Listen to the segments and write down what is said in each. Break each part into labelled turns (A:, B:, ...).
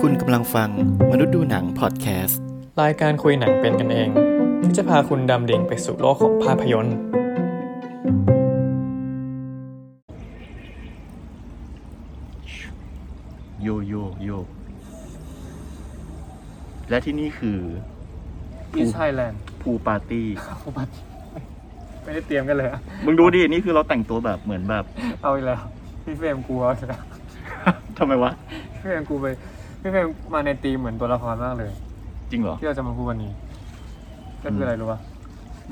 A: คุณกำลังฟังมนุษย์ดูหนังพอดแคสต์
B: รายการคุยหนังเป็นกันเอง ที่จะพาคุณดำดิ่งไปสู่โลกของภาพยนตร์
A: โยโยโย และที่นี่คือ
B: ที่ไทยแลนด์
A: ภูปาร์ตี้
B: ไม่ได้เตรียมกันเลยอะ
A: มึงดูดิ นี่คือเราแต่งตัวแบบเหมือนแบบ
B: เอาอีกแล้ว พี่เฟรมกูเอาอีกแล้ว
A: ทำไมวะ
B: พี่เฟรมกูไป พี่เฟรมมาในตีมเหมือนตัวละครมากเลย
A: จริงเหรอ
B: ที่เราจะมาพูดวันนี้ก็คืออะไรรู้ป่ะ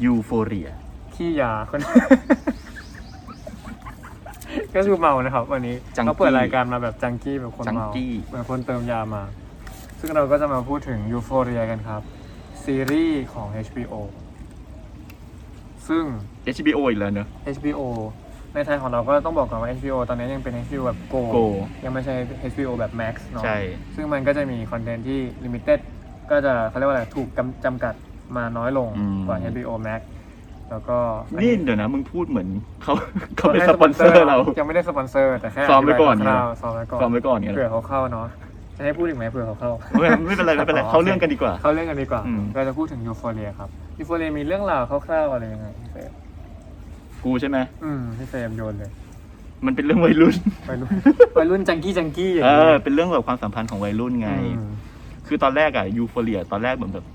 A: ยูโฟเรีย
B: ขี้ยาคน ก็คือเมานะครับ วันนี้
A: จังกี้
B: เขาเปิดรายการมาแบบจังกี้แบบคน
A: จัง
B: เมา
A: กี้
B: เหมือนคนเติมยามา ซึ่งเราก็จะมาพูดถึงยูโฟเรียกันครับ ซีรีส์ของ HBO ซึ่ง
A: HBO อีกแล้วเนอะ
B: HBO ในไทยของเราก็ต้องบอกก่อนว่า HBO ตอนนี้ยังเป็น HBO แบบ Go
A: Go
B: ยังไม่ใช่ HBO แบบ Max เนาะ
A: ใช่
B: ซึ่งมันก็จะมีคอนเทนต์ที่ Limited ก็จะเขาเรียกว่าอะไร ถูกกำจำกัดมาน้อยลง
A: อืม
B: กว่า HBO Max แล้วก็อั
A: นี่เดี๋ยวนะ มึงพูดเหมือนเขาเขาเป็นสปอนเซอร์เรา
B: ยังไม่ได้สปอนเซอร์ แต่แค่
A: ซ้อมไว้ก่อน
B: ธิบายคร่าวๆซ้อมไว้ก่อน
A: ฟังไว้ก่อนเนี่ย
B: เผื่อเขาเข้าเนาะจะให้พูดอีกไหมเผื่อเขาเข้า
A: ไม่ไม่เป็นไรไม่เป็นไร
B: อ๋อ
A: เข้าเรื่องกันดีกว่า
B: เข้าเรื่องกันดีกว่า
A: อืม
B: เราจะพูดถึงยูโฟเรียครับยูโฟเรียมีเรื่องราวคร่าวๆอะไรยังไงพี่เฟรม
A: กูใช่ไหม
B: อืมพี่เฟรมโยนเลย
A: มันเป็นเรื่องวัยรุ่น
B: วัย รุ่นวัยรุ่นจังกี้จังกี้อย่าง
A: เอ
B: เงี้ย
A: อ เป็นเรื่องแบบความสัมพันธ์ของวัยรุ่นไง
B: อืม
A: คือตอนแรกอะยูโฟเรีย ตอนแรกเหมือนแบบ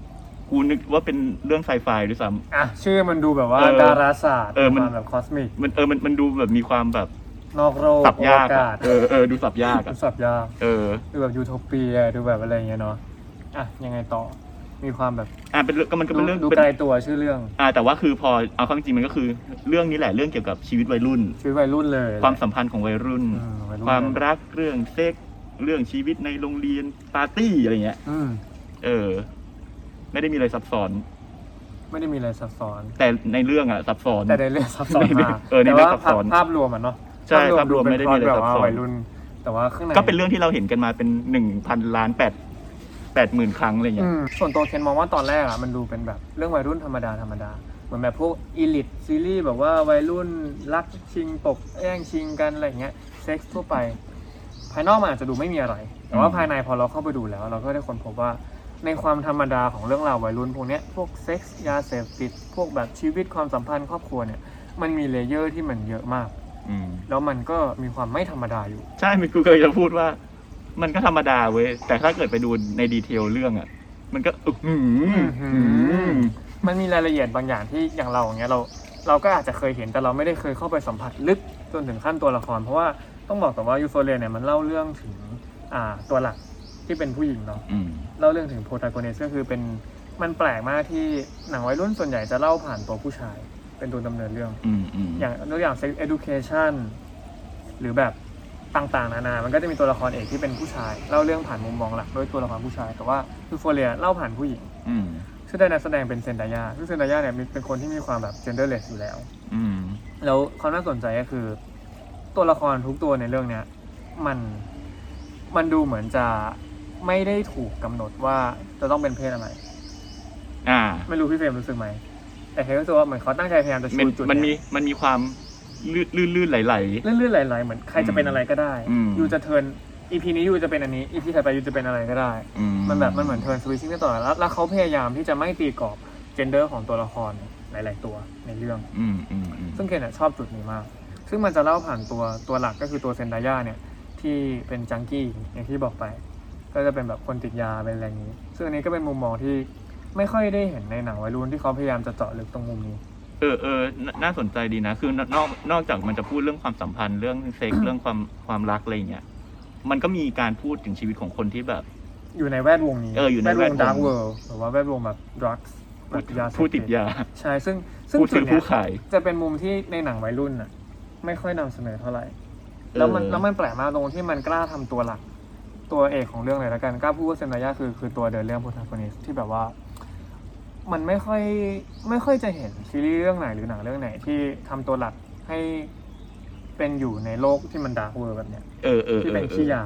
A: กูนึกว่าเป็นเรื่องไซไฟด้วยซ้ำ
B: อ่ะชื่อมันดูแบบว่า
A: เออ
B: ดาราศาสตร์
A: เออมัน
B: ความแบบคอสมิก
A: มันเออมันมันดูแบบมีความแบบ
B: นอกโลก
A: สับยาก
B: อว
A: อะ
B: กาศ
A: เออเออดูสับยาก
B: ดู
A: อะ
B: สับยาก
A: เออ
B: ดูแบบยูโทเปียดูแบบอะไรอย่างเงี้ยเนาะอ่ะยังไงต่อมีความแบบ
A: อ่ะเป็นเรื่องก็มันก็เป็นเรื่อง
B: ดู
A: เป็น
B: ไกลตัวชื่อเรื่อง
A: อ่ะแต่ว่าคือพอเอาเข้าจริงๆมันก็คือ เรื่องนี้แหละเรื่องเกี่ยวกับชีวิตวัยรุ่น
B: ชีวิตวัยรุ่นเลย
A: ความสัมพันธ์ของวัยรุ่น
B: อืวัยรุ่น
A: ความรักเรื่องเซ็กเรื่องชีวิตในโรงเรียนปาร์ตี้อะไรเงี้ย
B: อืม
A: เออ ไม่ได้มีอะไรซับซ้อน
B: ไม่ได้มีอะไรซับซ้อน
A: แต่ในเรื่องอะซับซ้อน
B: แต่ในเรื่องซับซ้อนมาก
A: เออใน
B: แต่
A: เรื่อง
B: ว่า
A: ซับซ้อน
B: ภาพรวมอ่ะเนาะ
A: ใช่ภาพรวม
B: ดู
A: ไม่ได้มีอะไร
B: เป็น
A: ซับซ้อ
B: แบบว่า
A: น
B: วัยรุ่น แต่ว่าข้างใน
A: ก็เป็นเรื่องที่เราเห็นกันมาเป็นหนึ่งพันล้านแปดแปดหมื่นครั้งอะไรเงี้
B: อื
A: ย
B: มส่วนตัวเคนมองว่าตอนแรกอ่ะมันดูเป็นแบบเรื่องวัยรุ่นธรรมดาธรรมดา เหมือนแบบพวกอีลิทซีรีส์แบบว่าวัยรุ่นรักชิงตกแย่งชิงกันอะไรอย่างเงี้ยเซ็กซ์ทั่วไป ภายนอกมันอาจจะดูไม่มีอะไร แต่ว่า
A: อืม
B: ภายในพอเราเข้าไปดูแล้ว เราก็ได้ค้นพบว่าในความธรรมดาของเรื่องราววัยรุ่นพวกเนี้ยพวกเซ็กซ์ยาเสพติด พวกแบบชีวิตความสัมพันธ์ครอบครัวเนี่ยมันมีเลเยอร์ที่มันเยอะมาก
A: อืม
B: แล้วมันก็มีความไม่ธรรมดาอยู่
A: ใช่ มันกูเคยจะพูดว่า มันก็ธรรมดาเว้ย แต่ถ้าเกิดไปดูในดีเทลเรื่องอะมันก็อื้อหือ
B: อื้อหือ มันมีรายละเอียดบางอย่างที่อย่างเราอย่างเงี้ยเราเราก็อาจจะเคยเห็นแต่เราไม่ได้เคยเข้าไปสัมผัสลึกจนถึงขั้นตัวละคร เพราะว่าต้องบอกก่อนว่ายูโฟเรียเนี่ยมันเล่าเรื่องถึงอ่าตัวหลักที่เป็นผู้หญิงเนาะ
A: อืม
B: เล่าเรื่องถึงโปรตากนิสก็คือเป็นมันแปลกมากที่หนังวัยรุ่นส่วนใหญ่จะเล่าผ่านตัวผู้ชาย เป็นตัวดำเนินเรื่อง
A: อืมอืม
B: อย่างตัวอย่าง sex education หรือแบบต่างๆ นานา มันก็จะมีตัวละครเอกที่เป็นผู้ชายเล่าเรื่องผ่านมุมมองหลักด้วยตัวละครผู้ชาย แต่ว่ายูโฟเรียเล่าผ่านผู้หญิง
A: อืม
B: ซึ่งได้นักแสดงเป็นเซนดายาซึ่งเซนดายาเนี่ยมีเป็นคนที่มีความแบบ genderless อยู่แล้ว
A: อืม
B: แล้วความน่าสนใจก็คือ ตัวละครทุกตัวในเรื่องเนี้ยมันมันดูเหมือนจะไม่ได้ถูกกำหนดว่าจะต้องเป็นเพศอะไร
A: อ่า
B: ไม่รู้พี่เฟรมรู้สึกไหม แต่เห็นรู้สึกว่าเหมือนเขาตั้งใจพยายามจะชู
A: มัน
B: จุด
A: มันมี
B: เนี้ย
A: มันมีความลื่นลื่นลื่นไหลไหล
B: เลื่อนๆไหลๆเหมือนใครจะเป็นอะไรก็ได้
A: อืม
B: ยูจะเทิร์นอีพีนี้ยูจะเป็นอันนี้อีพีถัดไปยูจะเป็นอะไรก็ได้
A: อื
B: มันแบบมันเหมือนเทิร์นสวิตชิ่งได้ตลอดแล้วแล้วเขาพยายามที่จะไม่ตีกรอบเจนเดอร์ของตัวละครหลาย ๆ ตัวในเรื่อง
A: อืมอืมอืม
B: ซึ่งเคนอะชอบจุดนี้มาก ซึ่งมันจะเล่าผ่านตัวตัวหลักก็คือตัวเซนดายาเนี่ย ที่เป็นจังกี้อย่างที่บอกไป ก็จะเป็นแบบคนติดยาเป็นอะไรอย่างนี้ ซึ่งอันนี้ก็เป็นมุมมองที่ไม่ค่อยได้เห็นในหนังวัยรุ่นที่เขาพยายามจะเจาะลึกตรงมุมนี้
A: เออเออน่าน่าสนใจดีนะ คือนนอกนอกจากมันจะพูดเรื่องความสัมพันธ์เรื่องเซ็กเรื่องความความรักอะไรอย่างเงี้ย มันก็มีการพูดถึงชีวิตของคนที่แบบ
B: อยู่ในแวดวงนี้
A: เอออยู่ใน
B: แวดวง
A: แวดวง
B: ดาร์กเวิลด์หรือว่าแวดวงแบบ drugs แบบยาเสพ
A: ผู้ติดยา
B: ใช่ซึ่งซึ่ง
A: ผู้
B: จุ
A: ซื้
B: ด
A: อ
B: เนี้
A: ผู้
B: ย
A: ขาย
B: จะเป็นมุมที่ในหนังวัยรุ่นน่ะไม่ค่อยนำเสนอเท่าไหร่ แล้วมัน
A: เออ
B: แล้วมันแปลกมากตรงที่มันกล้าทำตัวหลัก ตัวเอกของเรื่องเลยละกันกล้าพูดว่าเซนดายาคือคือตัวเดินเรื่องพูทางคนนี้ที่แบบว่า มันไม่ค่อยไม่ค่อยจะเห็นซีรีส์เรื่องไหนหรือหนังเรื่องไหนที่ทำตัวหลักให้เป็นอยู่ในโลกที่มันดาร์กเวอร์แบบเนี้ย
A: เออเออออ
B: ที่เป็นขี้ยา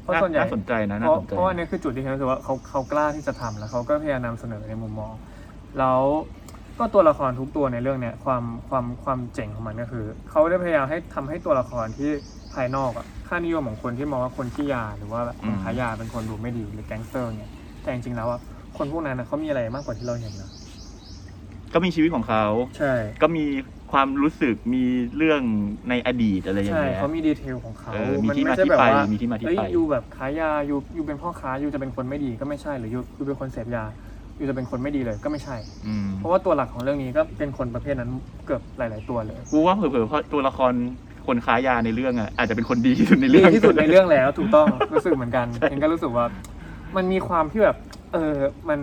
B: เพราะ
A: น่า
B: ส่วนใหญ่
A: น่าสนใจนะ
B: เพ
A: น่า
B: ราะ
A: สนใจ
B: เพราะอันนี้คือจุดที่ฉันรู้สึกว่าเขาเขากล้าที่จะทำแล้วเขาก็พยายามนำเสนอในมุมมอง แล้ว ก็ตัวละครทุกตัวในเรื่องเนี้ยความความความเจ๋งของมันก็คือเขาได้พยายามให้ทำให้ตัวละครที่ภายนอกอะค่านิยมของคนที่มองว่าคนขี้ยาหรือว่าแบบคนขายยาเป็นคนดูไม่ดีหรือแก๊งสเตอร์เนี่ยแต่จริงๆแล้วอะคนพวกนั้นอะเขามีอะไรมากกว่าที่เราเห็นนะ
A: ก็มีชีวิตของเขา
B: ใช่
A: ก็มีความรู้สึกมีเรื่องในอดีตอะไรอย่าง
B: ใช่
A: เงี้ย
B: เขามีดีเทลของเขา
A: เออมี
B: มัน
A: ที่
B: ไม่ใช่แบบ
A: มาที่ไป
B: ว่า
A: มีที่มาที่
B: เฮ้ย
A: ไป
B: ยูแบบขายยายูยูเป็นพ่อค้ายูจะเป็นคนไม่ดีก็ไม่ใช่หรือยูยูเป็นคนเสพยายูจะเป็นคนไม่ดีเลยก็ไม่ใช่
A: อืม
B: เพราะว่าตัวหลักของเรื่องนี้ก็เป็นคนประเภทนั้นเกือบหลาย ๆ ตัวเลย
A: กูว่าเผลอๆเพราะตัวละครคนค้ายาในเรื่องอ่ะอาจจะเป็นคนดีที่สุดใน
B: ดี
A: เรื่อง
B: ที่สุดในเรื่องแล้วถูกต้อง รู้สึกเหมือนกันเองก็รู้สึกว่า มันมีความที่แบบ เออมัน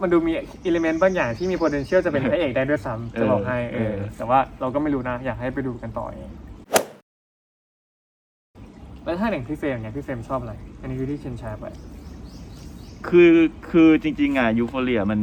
B: มันดูมีอิเลเมนต์บางอย่างที่มี potential จะเป็นพระเอกได้ด้วยซ้ำจะบอกให้เออแต่ว่าเราก็ไม่รู้นะอยากให้ไปดูกันต่อเองแล้วถ้าอย่างพี่เฟรมเนี่ยพี่เฟรมชอบอะไรอันนี้คือที่เชนแชร์ไป
A: คือคือจริงๆอ่ะยูโฟเรียมัน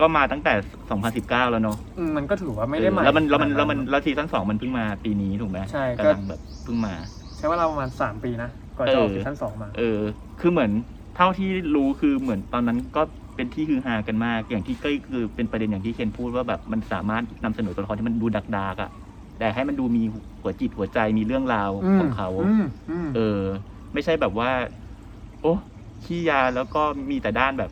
A: ก็มาตั้งแต่ 2019 แล้วเนาะ
B: อืมมันก็ถือว่าไม่ได้ใหม่
A: เออแล้วมันแล้วมัน
B: ขนาด
A: แล้วมันแล้วซีซั่นสองมันเพิ่งมาปีนี้ถูกไหม
B: ใช่ก็
A: กำลังแบบเพิ่งมา
B: ใช้เวลาประมาณสามปีนะ ก่อนจะออก
A: เออ
B: ซีซั่นสองมา
A: เออ คือเหมือนเท่าที่รู้คือเหมือนตอนนั้นก็เป็นที่ฮือฮากันมาก อย่างที่ก็คือเป็นประเด็นอย่างที่เคนพูดว่าแบบมันสามารถนำเสนอตัวละครที่มันดูดักดากๆอะแต่ให้มันดูมีหัวจิตหัวใจมีเรื่องราว
B: ม
A: ของเขา
B: อืมอืม
A: เออ ไม่ใช่แบบว่า โอ้ขี้ยาแล้วก็มีแต่ด้านแบบ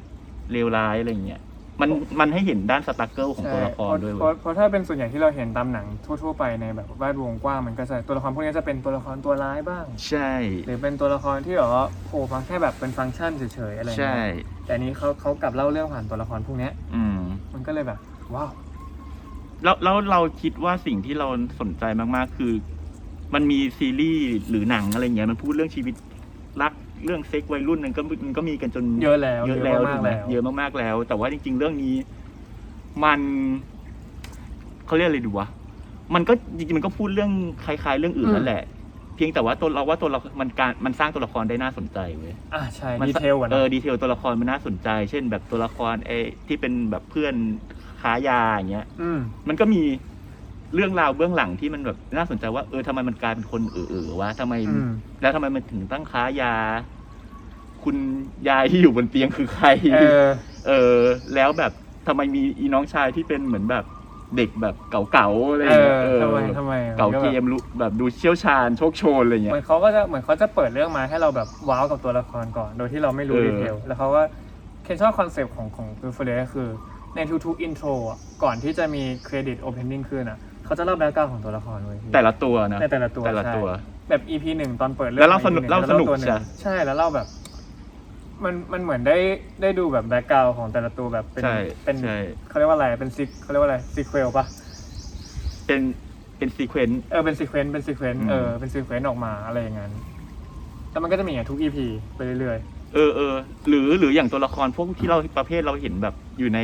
A: เลวร้ายอะไรอย่างเงี้ยมันมันให้เห็นด้านสตรั๊กเกิลของ
B: ใช่
A: ตัวละครด้วย
B: เพ
A: เว้
B: ราะ
A: ย
B: เพราะถ้าเป็นส่วนใหญ่ที่เราเห็นตามหนังทั่ว ๆ ไปในแบบแวดวงกว้างมันก็จะตัวละครพวกนี้จะเป็นตัวละครตัวร้ายบ้าง
A: ใช่
B: หรือเป็นตัวละครที่แบบว่าโผล่มาแค่แบบเป็นฟังก์ชันเฉยๆอะไร
A: ใช่
B: เงี้ยแต่อันนี้เขาเขากลับเล่าเรื่องผ่านตัวละครพวกเนี้ย
A: อืม
B: มันก็เลยแบบ ว้าว
A: แล้วแล้วเราคิดว่าสิ่งที่เราสนใจมากๆ คือ มันมีซีรีส์หรือหนังอะไรเงี้ยมันพูดเรื่องชีวิตรักเรื่องเซ็กวัยรุ่นมันก็มันก็มีกันจน
B: เยอะแล้ว
A: เยอะแล้
B: เย
A: ว
B: อะมาก
A: ถูกไหม
B: แล้ว
A: เยอะมากๆแล้ว แต่ว่าจริง ๆ เรื่องนี้ มันเขาเรียกอะไรดีวะมันก็จริงๆมันก็พูดเรื่องคล้าย ๆ เรื่องอื่นนั่นแหละ เพียงแต่ว่าตัวเราว่าตัวเรา มันการมันสร้างตัวละครได้น่าสนใจเว้ย
B: อ่ะใช่
A: มัน
B: ดีเทลอะ
A: เอ
B: นะ
A: อดีเทลตัวละครมันน่าสนใจ เช่น แบบตัวละครไอ้ที่เป็นแบบเพื่อนค้ายาอย่างเงี้ย
B: อืม
A: มันก็มีเรื่องราวเบื้องหลังที่มันแบบน่าสนใจว่าเออทำไมมันกลายเป็นคนเออเออวะทำไม
B: อืม
A: แล้วทำไมมันถึงตั้งค้ายา คุณยายที่อยู่บนเตียงคือใคร
B: เออ
A: เออ แล้วแบบทำไมมีอีน้องชายที่เป็นเหมือนแบบเด็กแบบเก่าๆอะไรอ
B: เอย่าง อ
A: เงี้ยเออ
B: ทำไมทำไม
A: เก่าเก
B: แบบ
A: มรู้แบบดูเชี่ยวชาญโชคโชนอะไร
B: เห
A: เงี้
B: มื
A: ย
B: อนเขาก็จะเหมือนเขาจะเปิดเรื่องมาให้เราแบบว้าวกับตัวละครก่อน โดยที่เราไม่รู้
A: เออ
B: ดีเทลแล้วเขาก็เคนชอบคอนเซปต์ของของคือเฟรก็คือในทุกๆอินโทรอ่ะก่อนที่จะมีเครดิตโอเพนนิ่งขึ้นอ่ะเขาจะเล่าแบ็กกราวด์ของตัวละครไว้ยพี่
A: แต่ละตัวนะ
B: ในแต่ละตัว
A: แต่ละ
B: ใช่
A: ตัว
B: แบบ EP หนึ่งตอนเปิดเรื่
A: แล้วเล่าสนุก
B: ม EP
A: เล่า
B: หง
A: สนุก
B: แล้วตัวหง
A: ใช่
B: ใช่แล้วเล่าแบบ มันมันเหมือนได้ได้ดูแบบแบ็กกราวด์ของแต่ละตัวแบบเป็น
A: ใช่
B: เป็น
A: ใช่
B: เขาเรียกว่าอะไรเป็นซิกเขาเรียกว่าอะไรซีเควลปะ
A: เป็นเป็นซีเควนต์
B: เออเป็นซีเควนต์เป็นซีเควนต์
A: อืม
B: เออเป็นซีเควนต์ออกมาอะไรอย่างนั้น แล้วมันก็จะมีอย่างเงี้ยทุก EP ไปเรื่อย
A: เออเออหรือหรืออย่างตัวละครพวกที่เราประเภทเราเห็นแบบอยู่ใน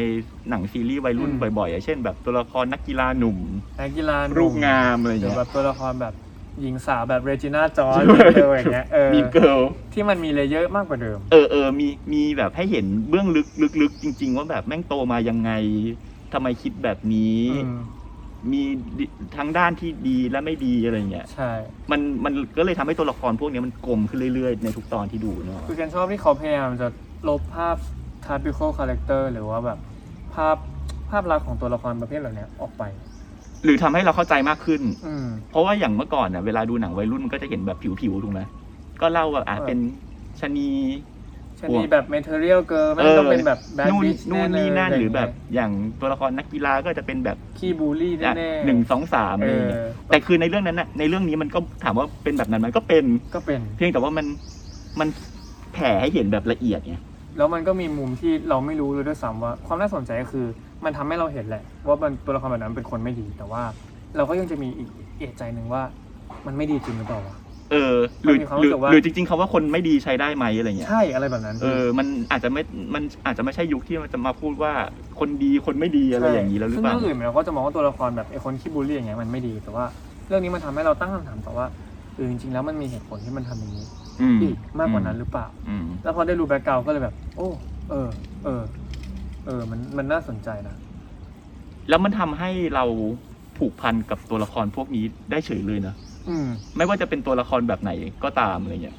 A: หนังซีรีส์วัยรุ่นบ่อยๆอะเช่น แบบตัวละครนักกีฬาหนุ่ม
B: ๆนักกีฬาหนุ่
A: รูปงามอะไรอย่าง
B: หรือ
A: เงี้ย
B: แบบตัวละครแบบหญิงสาวแบบเรจิน่าจอร์เอออย่างเงี้ยเออ
A: มีเกิล
B: ที่มันมีเลเยอร์มากกว่าเดิม
A: เออเออมีมีแบบให้เห็นเบื้องลึกลึกลึกจริง ๆ ว่าแบบแม่งโตมายังไงทำไมคิดแบบนี้
B: อืม
A: มีดิทั้งด้านที่ดีและไม่ดีอะไรเงี้ย
B: ใช่
A: มันมันก็เลยทำให้ตัวละครพวกเนี้ยมันกลมขึ้นเรื่อยๆ ในทุกตอนที่ดูเนาะ
B: คือเคนชอบที่เขาพยายามจะลบภาพ typical character หรือว่าแบบภาพภาพลักษณ์ของตัวละครประเภทเหล่าเนี้ยออกไป
A: หรือทำให้เราเข้าใจมากขึ้น
B: อืม
A: เพราะว่าอย่างเมื่อก่อนเนี่ยเวลาดูหนังวัยรุ่นมันก็จะเห็นแบบผิวๆถูกไหมก็เล่าว่าอ่ะ
B: เออ
A: เป็นชะนี
B: ชนีแบบ material girl ไม่ต้องเป็นแบบ bad
A: นู่น
B: bitch
A: นู่น
B: แๆ
A: นี่นั่น
B: ะ
A: ห
B: ไย่างเงี้ย
A: รือแบบอย่างตัวละครนักกีฬาก็จะเป็นแบบ
B: ขี้บูลลี่
A: อ่ะ
B: แน่ๆ
A: หนึ่งสองสาม
B: เอ
A: อะไรอ
B: อ
A: ย่างเงี้ยแต่คือในเรื่องนั้นนะในเรื่องนี้มันก็ถามว่าเป็นแบบนั้นไหมันก็เป็น
B: ก็เป็น
A: เพียงแต่ว่ามันมันแผ่ให้เห็นแบบละเอียดไง
B: แล้วมันก็มีมุมที่เราไม่รู้เลยด้วยซ้ำว่า ความน่าสนใจก็คือ มันทำให้เราเห็นแหละ ว่ามันตัวละครแบบนั้นเป็นคนไม่ดี แต่ว่า เราก็ยังจะมีอีกเอะใจหนึ่งว่า มันไม่ดีจริงหรือเปล่าวะ
A: เออ หรือ
B: มันมีความ
A: หรือ
B: รู้สึกว่า
A: หรือจริงๆคาว่าคนไม่ดีใช้ได้ไหมอะไรเงี้ย
B: ใช่อะไรแบบนั้น
A: เออมันอาจจะไม่มันอาจจะไม่ใช่ยุคที่มันจะมาพูดว่าคนดีคนไม่ดีอะไรอย่างนี้
B: นี้
A: แล้วหรือ
B: ซึ่ง
A: เปล่า
B: เรื่องอื่นเราก็จะมองว่าตัวละครแบบไอ้คนขี้บูลลี่อย่างเงี้ยมันไม่ดี แต่ว่า เรื่องนี้มันทำให้เราตั้งคำถามต่อว่าเออจริงๆแล้วมันมีเหตุผลที่มันทำอย่างนี้
A: อืม
B: อีกมากกว่านั้นหรือเปล่า
A: อืม
B: แล้วพอได้รู้แบ็กกราวก็เลยแบบ โอ้เออ เออ เออ มันมันน่าสนใจนะ
A: แล้วมันทำให้เราผูกพันกับตัวละครพวกนี้ได้เฉยเลยนะ
B: อืม
A: ไม่ว่าจะเป็นตัวละครแบบไหนก็ตามอะไรเงี้ย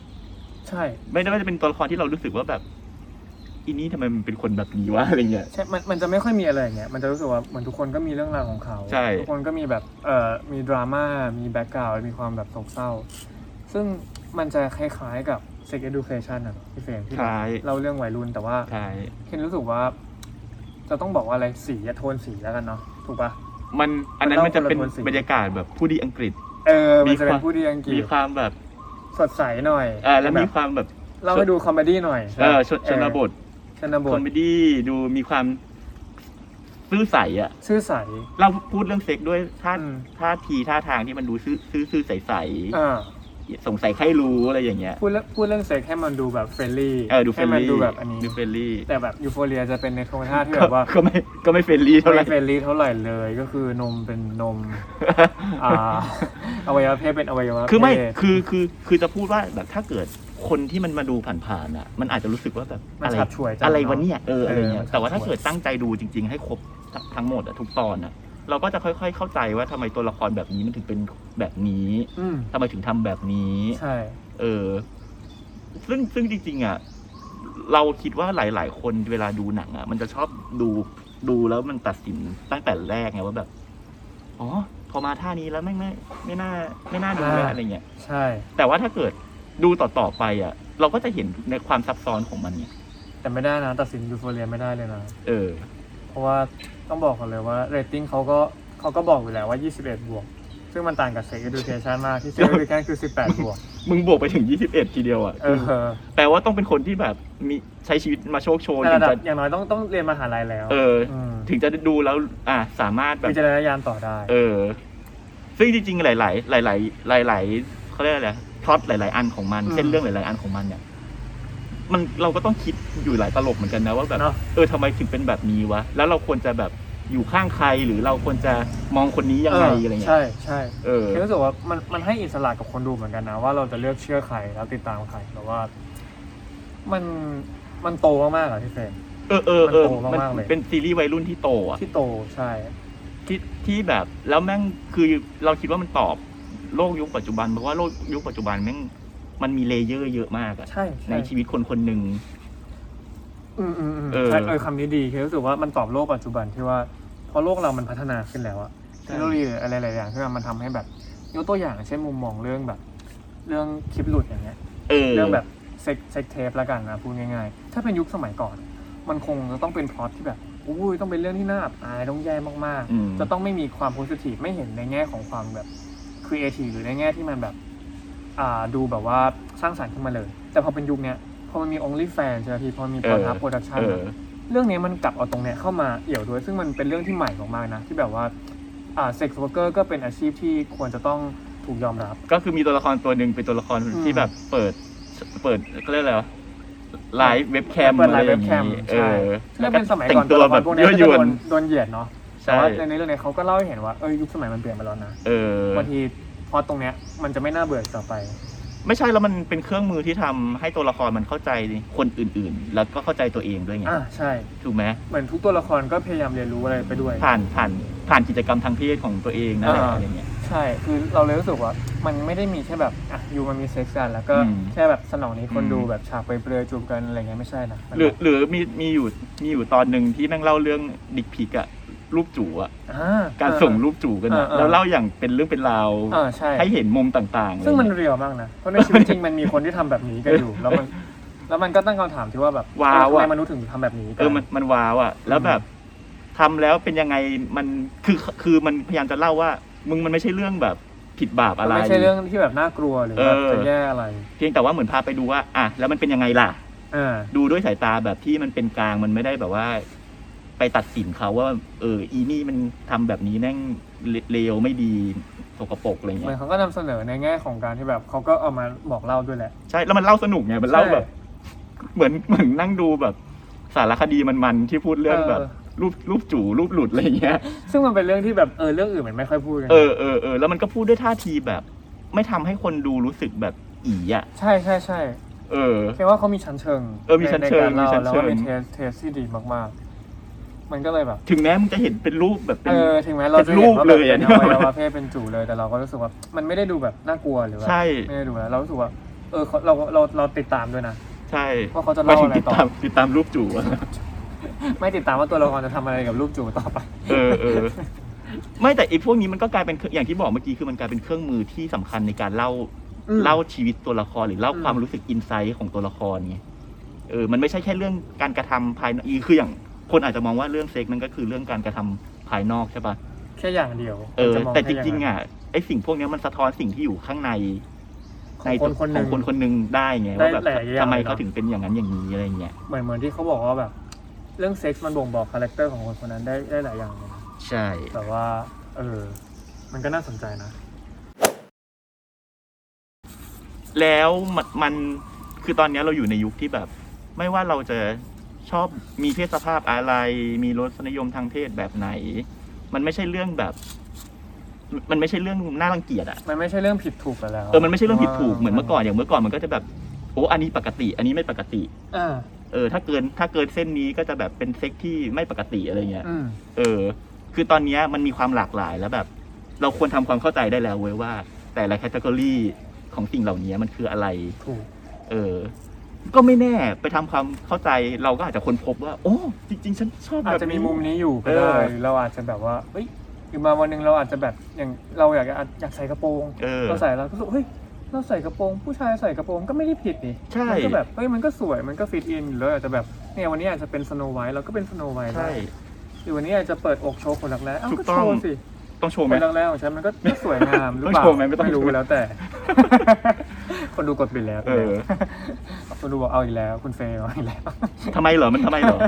B: ใช่
A: ไม่ได้ว่าจะเป็นตัวละครที่เรารู้สึกว่าแบบ อ อีนี้ทำไมมันเป็นคนแบบนี้วะอะไรเงี้ย
B: ใช่มันมันจะไม่ค่อยมีอะไรอย่างเงี้ย มันจะรู้สึกว่าเหมือนทุกคนก็มีเรื่องราวของเขา
A: ใช่
B: ทุกคนก็มีแบบ เอ่อ มีดราม่า มีแบ็กกราวด์มีความแบบโศกเศร้า ซึ่งมันจะคล้ายๆกับ sex education อะพี่เฟรมที่
A: คล้าย
B: เราเรื่องวัยรุ่นแต่ว่า
A: คล้าย
B: เคนรู้สึกว่า จะต้องบอกว่าอะไรสีอะโทนสีแล้วกันเนาะ ถูกปะ
A: มันอันนั้น
B: มั
A: มัน
B: น
A: จะ
B: เล่า
A: เป็น
B: คนละโทนสี
A: บรรยากาศแบบผู้ดีอังกฤษ
B: เออ
A: มี
B: มันจะเป็
A: ควาน ม
B: ผู้ดีอังกฤ
A: มี
B: ษ
A: ความแบบ
B: สดใสหน่อย
A: เออแล้วมี
B: บบ
A: ความแบบ
B: เราไปดูคอมเมดี้หน่อย
A: เออชนชนบท
B: เออชนบ
A: คอ
B: ท
A: มเมดี้ดูมีความซื่อใสอ่ะ
B: ซื่อใส
A: เราพูดเรื่องเซ็กด้วยท่า
B: อืม
A: ท่าทีท่าทางที่มันดูซื่อซื่อซื่อใสใส
B: อ่า
A: สงสัยใครรู้อะไรอย่างเงี้ย
B: พูดเรื่องพูดเรื่องเซ็กให้มันดูแบบเฟรนลี่
A: เออดูเฟร
B: ให้
A: น
B: มัน
A: ลี่
B: ดูแบบอันนี้
A: ดูเฟรนลี่
B: แต่แบบยูโฟเรียจะเป็นในโทนท่าที่แบบว่า
A: ก็ไม่ก็ไม่เฟรนลี่เท่าไห ร่
B: ไม่เฟรนลี่เท่าไหร่เลยก็คือนมเป็นน มอ่าอวัยวะเพศเป็นอวัยวะเพศ
A: คือไม่คือคือคือจะพูดว่าแบบถ้าเกิดคนที่มันมาดูผ่านๆอ่ะ มันอาจจะรู้สึกว่าแบบ
B: มัน
A: อะไร
B: ฉับฉวยจัง
A: อะไรวะ
B: า
A: เนี่ยเอออะไรเงี้
B: เออ
A: ย
B: มัน
A: แต่ว่าถ้าเกิดตั้งใจดูจริง ๆ ให้ครบทั้งหมดอะทุกตอนอะเราก็จะค่อย ๆ เข้าใจว่าทำไมตัวละครแบบนี้มันถึงเป็นแบบนี้
B: อืม
A: ทำไมถึงทำแบบนี้
B: ใช่
A: เออ ซึ่งซึ่งจริงๆอ่ะ เราคิดว่าหลาย ๆ คนเวลาดูหนังอ่ะ มันจะชอบดูดูแล้วมันตัดสินตั้งแต่แรกไงว่าแบบ อ๋อ พอมาท่านี้แล้วไม่งไม่ไม่น่า ไม่น่าดูเลย
B: อ่า
A: อะไรเงี้ย
B: ใช่
A: แต่ว่าถ้าเกิดดูต่อ ๆ ไปอ่ะ เราก็จะเห็นในความซับซ้อนของมันเนี่ย
B: แต่ไม่ได้นะตัดสินยูโฟเรียไม่ได้เลยนะ
A: เออ
B: เพราะว่าต้องบอกก่อนเลยว่าเรตติ้งเขาก็เขาก็บอกอยู่แล้วว่า 21 บวก ซึ่งมันต่างกับเซ็ก education มากที่เซ็ก education คือ 18 บวก
A: มึงบวกไปถึง 21 ทีเดียวอ่ะ
B: เอ
A: คือ
B: อ
A: แปลว่าต้องเป็นคนที่แบบมีใช้ชีวิตมาโชคโชน
B: ใน
A: ถึ
B: ระ
A: ง
B: ดับ
A: จะ
B: อย่างน้อยต้องต้องเรียนมหาลัยแล้ว
A: เออ
B: ม
A: ถึงจะดูแล้ว อ่ะสามารถแบบ
B: วิจารณญาณต่อได้
A: เออ ซึ่งจริงๆ หลาย ๆ หลาย ๆ หลาย ๆเขาเรียกอะไรพล็อตหลาย ๆ อันของมัน
B: อืม
A: เส้นเรื่องหลาย ๆ อันของมันเนี่ย มันเราก็ต้องคิดอยู่หลายตลบเหมือนกันนะว่าแบบ
B: เนอะ
A: เออทำไมถึงเป็นแบบนี้วะ แล้วเราควรจะแบบอยู่ข้างใครหรือเราควรจะมองคนนี้ยังไงอะไรเงี้ย
B: ใช่ใช่
A: เออ
B: คือรู้สึกว่ามันมันให้อิสระกับคนดูเหมือนกันนะ ว่าเราจะเลือกเชื่อใครแล้วติดตามใครแต่ว่า มันมันโตมากๆอะพี่เฟรม
A: เออเออเออ
B: มันโตมากๆเลย
A: เป็นซีรีส์วัยรุ่นที่โตอ่ะ
B: ที่โตใช่
A: ที่ที่แบบแล้วแม่งคือเราคิดว่ามันตอบโลกยุคปัจจุบันเพราะว่าโลกยุคปัจจุบันแม่งมันมีเลเยอร์เยอะมากอะ
B: ใช่ช่
A: ในชีวิตคนคนหนึ่ง
B: อืมอืมอืม
A: เออ
B: ใช่เออคำนี้ดีคือรู้สึกว่ามันตอบโลกปัจจุบันที่ว่าเพราะโลกเรามันพัฒนาขึ้นแล้วอะ
A: ใช่
B: เทคโนโลยีหรืออะไรหลายๆอย่างที่มันทำให้แบบ ยกตัวอย่างเช่นมุมมองเรื่องแบบ เรื่องคลิปหลุดอย่างเงี้ย
A: เออ
B: เรื่องแบบเซ็กเซ็กเทปละกันนะพูดง่ายๆ ถ้าเป็นยุคสมัยก่อน มันคงจะต้องเป็นพล็อตที่แบบอุ้ยต้องเป็นเรื่องที่น่าอับอายต้องแย่มาก
A: อืม
B: จะต้องไม่มีความโพสิทีฟไม่เห็นในแง่ของความแบบครีเอทีฟหรือในแง่ที่มันแบบอ่าดูแบบว่าสร้างสรรค์ขึ้นมาเลย แต่พอเป็นยุคเนี้ยพอมันมี OnlyFans ใช่ไหมพี่พอมี Pornhub Production
A: เอ
B: อะ
A: อ
B: เรื่องเนี้ยมันกลับเอาตรงเนี้ยเข้ามาเอี่ยวด้วย ซึ่งมันเป็นเรื่องที่ใหม่มากๆนะ ที่แบบว่าอ่าเซ็กซ์วอร์เกอร์ก็เป็นอาชีพที่ควรจะต้องถูกยอมรับ
A: ก็คือมีตัวละครตัวหนึ่งเป็นตัวละคร
B: อืม
A: ที่แบบเปิดเปิดเขาเรียกอะไรวะไลฟ์เว็บแคม
B: เปิดไลฟ์เว็บแคม
A: อะไรอย่างงี้
B: ใช่
A: เออ
B: ถ้าเป็นสมัยก่อน
A: แต่งตัวแบบ
B: พวกเนี้
A: เยอะยวน
B: ก็จะโดโดนเหยียดเนาะ แต่
A: ใช่
B: ว่าในเรื่องเนี้ยเขาก็เล่าให้เห็นว่าเอ้ยยุคสมัยมันเปลี่ยนไปแล้วนะ
A: เออบ
B: างทีพอตรงเนี้ยมันจะไม่น่าเบื่ออีกต่อไป
A: ไม่ใช่แล้วมันเป็นเครื่องมือที่ทำให้ตัวละครมันเข้าใจคนอื่นๆ แล้วก็เข้าใจตัวเองด้วยไง
B: อ่ะใช่
A: ถูกไหม
B: เหมือนทุกตัวละครก็พยายามเรียนรู้อะไรไปด้วย
A: ผ่านผ่านผ่านกิจกรรมทางเพศของตัวเองนั่นแหละ
B: อ่า
A: อะไรเงี้ย
B: ใช่คือเราเลยรู้สึกว่ามันไม่ได้มีแค่แบบอ่ะยูมันมีเซ็กซ์กันแล้วก็
A: อืม
B: แค่แบบสนองนี้คน
A: อืม
B: ดูแบบฉากไปเปลือยๆจูบกันอะไรเงี้ยไม่ใช่นะมัน
A: หรือหรือมีมีอยู่มีอยู่ตอนหนึ่งที่แม่งเล่าเรื่องดิกพิกอะรูปจู่อะ
B: อ่
A: การส่ง
B: เออ
A: รูปจู่กันอะ
B: อ่าอ่า
A: แล้วเล่าอย่างเป็นเรื่องเป็นราว
B: อ่าใช่
A: ให้เห็นมุมต่างๆอะไร
B: ซึ่งมัน
A: เงี้ย
B: เรียวมากนะ เพราะในชีวิตจริงมันมีคนที่ทำแบบนี้กันอยู่ แล้วมัน แล้วมันก็ตั้งคำถามที่ว่าแบบ
A: ว้าวอะ
B: ทำไมมนุษย์ถึงทำแบบนี้กั
A: เออ มัน มันว้าวอะแล้วแบบทำแล้วเป็นยังไง มัน คือ คือ มันพยายามจะเล่าว่า มึงมันไม่ใช่เรื่องแบบผิดบาป
B: มั
A: อะ
B: น
A: ไร
B: ไม่ใช่เรื่องที่แบบน่ากลัวหรือว่า
A: เออ
B: จะแย่อะไร
A: เพียงแต่ว่าเหมือนพาไปดูว่า อ่ะ แล้วมันเป็นยังไงล่ะ
B: อ่า
A: ดูด้วยสายตาแบบที่มันเป็นกลาง มันไม่ได้แบบว่า ไปตัดสินเขาว่า เออ อีนี่มันทำแบบนี้แม่งเลเลวไม่ดีสกปรกอะไร
B: เหมือ
A: เงี้
B: น
A: ย
B: เขาก็นำเสนอในแง่ของการที่แบบเขาก็เอามาบอกเล่าด้วยแหละ
A: ใช่ แล้วมันเล่าสนุกไง มันเล่าแบบ เหมือน เหมือนนั่งดูแบบสารคดีมันๆที่พูดเรื่อง
B: เออ
A: แบบ รูป รูปจู่ รูปหลุดอะไรเงี้ย
B: ซึ่งมันเป็นเรื่องที่แบบเออเรื่องอื่นมันไม่ค่อยพูดกัน
A: เออเออเออแล้วมันก็พูดด้วยท่าทีแบบ ไม่ทำให้คนดูรู้สึกแบบอีอ่ะ
B: ใช่ใช่ใช่
A: เออ
B: แค่ว่าเขามีชั้นเชิง
A: เออมีชั้นเชิง
B: ใการ
A: มีชั้
B: เล่าน แล้ว
A: เชิง
B: ก็มีเทสเทสที่ดีมากๆ มันก็เลยแบบ
A: ถึงแม้มึงจะเห็นเป็นรูปแบบเป็
B: เอน อถึงแม้เราจะ
A: เป็นรูป
B: ว่า
A: เลยอะ
B: เป็น
A: เนี่ย
B: อวัยวะเพศเป็นจู่เลย แต่เราก็รู้สึกว่ามันไม่ได้ดูแบบน่ากลัวหรือว่า
A: ใช่
B: ไม่ได้ดูแล้วเรารู้สึกว่าเออเขาเราเราเราติดตามด้วยนะ
A: ใช่
B: ว่าเขาจะ
A: ไป
B: เล่า
A: ถึ
B: อะ
A: ง
B: ไร
A: ติด
B: ต่อ
A: ตามติดตามรูปจู่อะ
B: ไม่ติดตามว่าตัวละครจะทำอะไรกับรูปจู่ต่อไป
A: เออเออไม่แต่ไอ้พวกนี้มันก็กลายเป็นเครื่องอย่างที่บอกเมื่อกี้คือมันกลายเป็นเครื่องมือที่สำคัญในการเล่า
B: อืม
A: เล่าชีวิตตัวละครหรือเล่า
B: อืม
A: ความรู้สึกอินไซต์ของตัวละครไงเออ มันไม่ใช่แค่เรื่องการกระทำภายนอกอีคืออย่างคนอาจจะมองว่าเรื่องเซ็กมันก็คือเรื่องการกระทำภายนอกใช่ปะ
B: แค่อย่างเดียว
A: เออ
B: ะม
A: แต่จ
B: ค่ย่า
A: ริง ๆ
B: นั้น
A: อ่ะไอสิ่งพวกเนี้ยมันสะท้อนสิ่งที่อยู่ข้างใน
B: ข
A: ใน
B: องคนคนห
A: ตัวขอ
B: นึ่
A: ง
B: ง
A: คนคนหนึงได้ไง
B: ได้
A: ว่าแบบ
B: หลายอย่าง
A: ทำไม
B: เลยเนอะ
A: เขาถึงเป็นอย่างนั้นอย่างนี้อะไรเงี้ย
B: เหมือนเหมือนที่เขาบอกว่าแบบ เรื่องเซ็กส์มันบ่งบอกคาแรคเตอร์ของคนคนนั้นได้ได้หลายอย่างเลยนะ
A: ใช่
B: แต่ว่า เออ มันก็น่าสนใจนะ
A: แล้วมันมันคือตอนเนี้ยเราอยู่ในยุคที่แบบ ไม่ว่าเราจะชอบมีเพศสภาพอะไร มีรสนิยมทางเพศแบบไหน มันไม่ใช่เรื่องแบบ มันไม่ใช่เรื่องน่ารังเกียจอะ
B: มันไม่ใช่เรื่องผิดถูกไปแล้ว
A: เออมันไม่ใช่เรื่องผิดถูกเหมือนเมื่อก่อนอย่างเมื่อก่อนมันก็จะแบบโอ้อันนี้ปกติ อันนี้ไม่ปกติ
B: อ่า
A: เออถ้าเกินถ้าเกินเส้นนี้ก็จะแบบเป็นเซ็กที่ไม่ปกติอะไรเงี้ย
B: อืม
A: เออ คือตอนเนี้ยมันมีความหลากหลายแล้วแบบ เราควรทำความเข้าใจได้แล้วเว้ยว่า แต่ละแคตตากรีของสิ่งเหล่านี้มันคืออะไร
B: ถูก
A: เออ ก็ไม่แน่ไปทำความเข้าใจเราก็อาจจะค้นพบว่า โอ้ จริง ๆ ฉันชอบแบบ
B: อาจ
A: นี้
B: จะมีมุมนี้อยู่ก็
A: เอ
B: ได้
A: อ
B: หรือเราอาจจะแบบว่าเฮ้ยคือมาวันหนึ่งเราอาจจะแบบอย่างเราอยากจะอยากใส่กระโปรง
A: เออ
B: เราใส่แล้วก็รู้สึกเฮ้ยเราใส่กระโปรง ผู้ชายใส่กระโปรงก็ไม่ได้ผิดนี่
A: ใช่
B: มันก็แบบเฮ้ยมันก็สวยมันก็ฟิตอินอยู่แล้วอาจจะแบบเนี่ยวันนี้อาจจะเป็นสโนไวท์เราก็เป็นสโนไวท์
A: ใช่
B: หรือวันนี้อาจจะเปิดอกโชว์ขนรักแร้เอ้า
A: ถู
B: ก็
A: กต้
B: โช
A: อง
B: ว์สิ
A: ต้องโชว์ไหม
B: เป็นรักแร้ของฉันมันก็ก็สวย งามหรือ
A: ต้อง
B: เปล่า
A: โชว์ไหมไม่ต้อง
B: รู้
A: โชว์
B: แล้วแต่ คนดูกดปิดแล้ว
A: เออ
B: คนดูบอกเอาอีกแล้ว คุณเฟย์เอาอีกแล้ว
A: ทำไมเหรอ มันทำไมเหร อ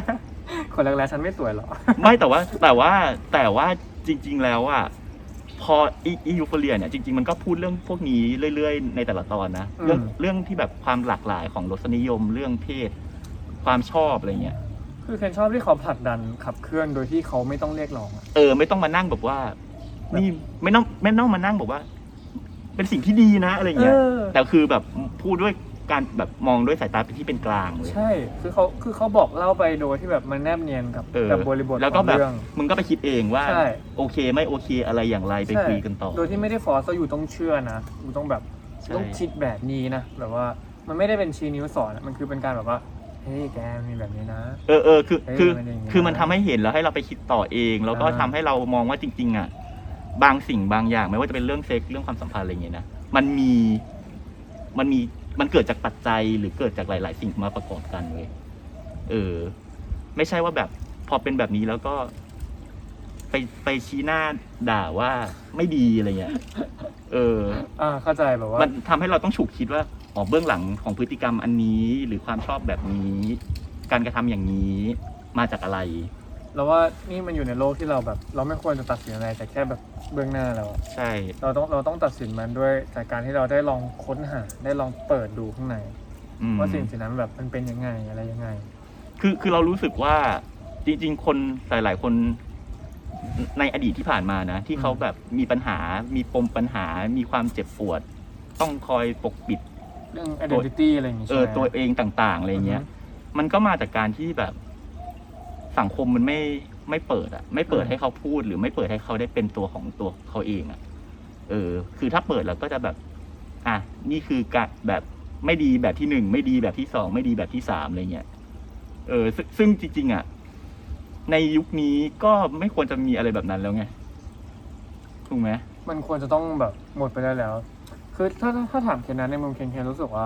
B: คนรักแร้ฉันไม่สวยหรอ
A: ไม่แต่ว่าแต่ว่าแต่ว่าจริง ๆ แล้วอะพออีอียูโฟเรียเนี่ยจริง ๆ มันก็พูดเรื่องพวกนี้เรื่อย ๆ ในแต่ละตอนนะ
B: อืม
A: เรื่องเรื่องที่แบบความหลากหลายของรสนิยมเรื่องเพศ ความชอบอะไรเงี้ย
B: คือเคนชอบที่เขาผลักดันขับเคลื่อนโดยที่เขาไม่ต้องเรียกร้องอะ
A: เออไม่ต้องมานั่งแบบว่า นี่ไม่ต้องไม่ต้องมานั่งบอกว่า เป็นสิ่งที่ดีนะอะไรเงี้ย
B: อ
A: แต่คือแบบพูดด้วยการแบบมองด้วยสายตาที่เป็นกลางเลย
B: ใช่ คือเขาคือเขาบอกเล่าไปโดยที่แบบมันแนบเนียนกับ
A: เออ
B: กับบริบท
A: แล้ว
B: ข
A: ก็
B: อง
A: แบบ
B: เรื่อง
A: มึงก็ไปคิดเองว่า
B: ใช่
A: โอเคไม่โอเคอะไรอย่างไรไป
B: ใช่
A: คุยกันต่อ
B: โดยที่ไม่ได้ฟอร์สว่าอยู่ต้องเชื่อนะอยู่ต้องแบบ
A: ใช่
B: ต้องคิดแบบนี้นะแบบว่ามันไม่ได้เป็นชี้นิ้วสอนอะมันคือเป็นการแบบว่าเฮ้ยแกมีแบบนี้นะ
A: เออเออคือ
B: เอ้ย
A: คือ
B: มันอย่างนี้นะ
A: คือมันทำให้เห็นแล้วให้เราไปคิดต่อเอง แล้วก็
B: อ่า
A: ทำให้เรามองว่าจริง ๆ อ่ะ บางสิ่งบางอย่าง ไม่ว่าจะเป็นเรื่องเซ็กเรื่องความสัมพันธ์อะไรอย่างเงี้ยนะมันมีมันมีมันเกิดจากปัจจัยหรือเกิดจากหลาย ๆ สิ่งมาประกอบกันเลยเออ ไม่ใช่ว่าแบบพอเป็นแบบนี้แล้วก็ ไปไปชี้หน้าด่าว่าไม่ดีอะไรเงี้ยเออ
B: อ่าเข้าใจแบบว่า
A: มันทำให้เราต้องฉุกคิดว่าอ๋อเบื้องหลังของพฤติกรรมอันนี้หรือความชอบแบบนี้ การกระทำอย่างนี้มาจากอะไร
B: เราว่านี่มันอยู่ในโลกที่เราแบบ เราไม่ควรจะตัดสินอะไรแต่แค่แบบเบื้องหน้าเราอะ
A: ใช่
B: เราต้องเราต้องตัดสินมันด้วยจากการที่เราได้ลองค้นหาได้ลองเปิดดูข้างใน
A: อืม
B: ว่าสิ่งสิ่งนั้นแบบมันเป็นยังไงอะไรยังไง
A: คือคือเรารู้สึกว่าจริง ๆ คนหลาย ๆ คนในอดีตที่ผ่านมานะ ที่เขา
B: อืม
A: แบบมีปัญหา มีปมปัญหา มีความเจ็บปวด ต้องคอยปกปิด
B: เรื่อง identity อะไรอย่างงี้
A: เอ
B: ใช่ไห
A: อ
B: ม
A: ตัวเองต่าง ๆอะไรเงี้ย มันก็มาจากการที่แบบสังคมมันไม่ไม่เปิดอะไม่เปิดให้เขาพูดหรือไม่เปิดให้เขาได้เป็นตัวของตัวเขาเองอะเออ คือถ้าเปิดแล้วก็จะแบบ อ่ะนี่คือการแบบไม่ดีแบบที่หนึ่งไม่ดีแบบที่สองไม่ดีแบบที่สามอะไรเงี้ยเออซึ่งซึ่งจริงๆอะในยุคนี้ก็ไม่ควรจะมีอะไรแบบนั้นแล้วไงถูกไหม
B: มันควรจะต้องแบบหมดไปได้แล้ว คือถ้าถ้าถ้าถามเคนนะในมุมเคนเคนรู้สึกว่า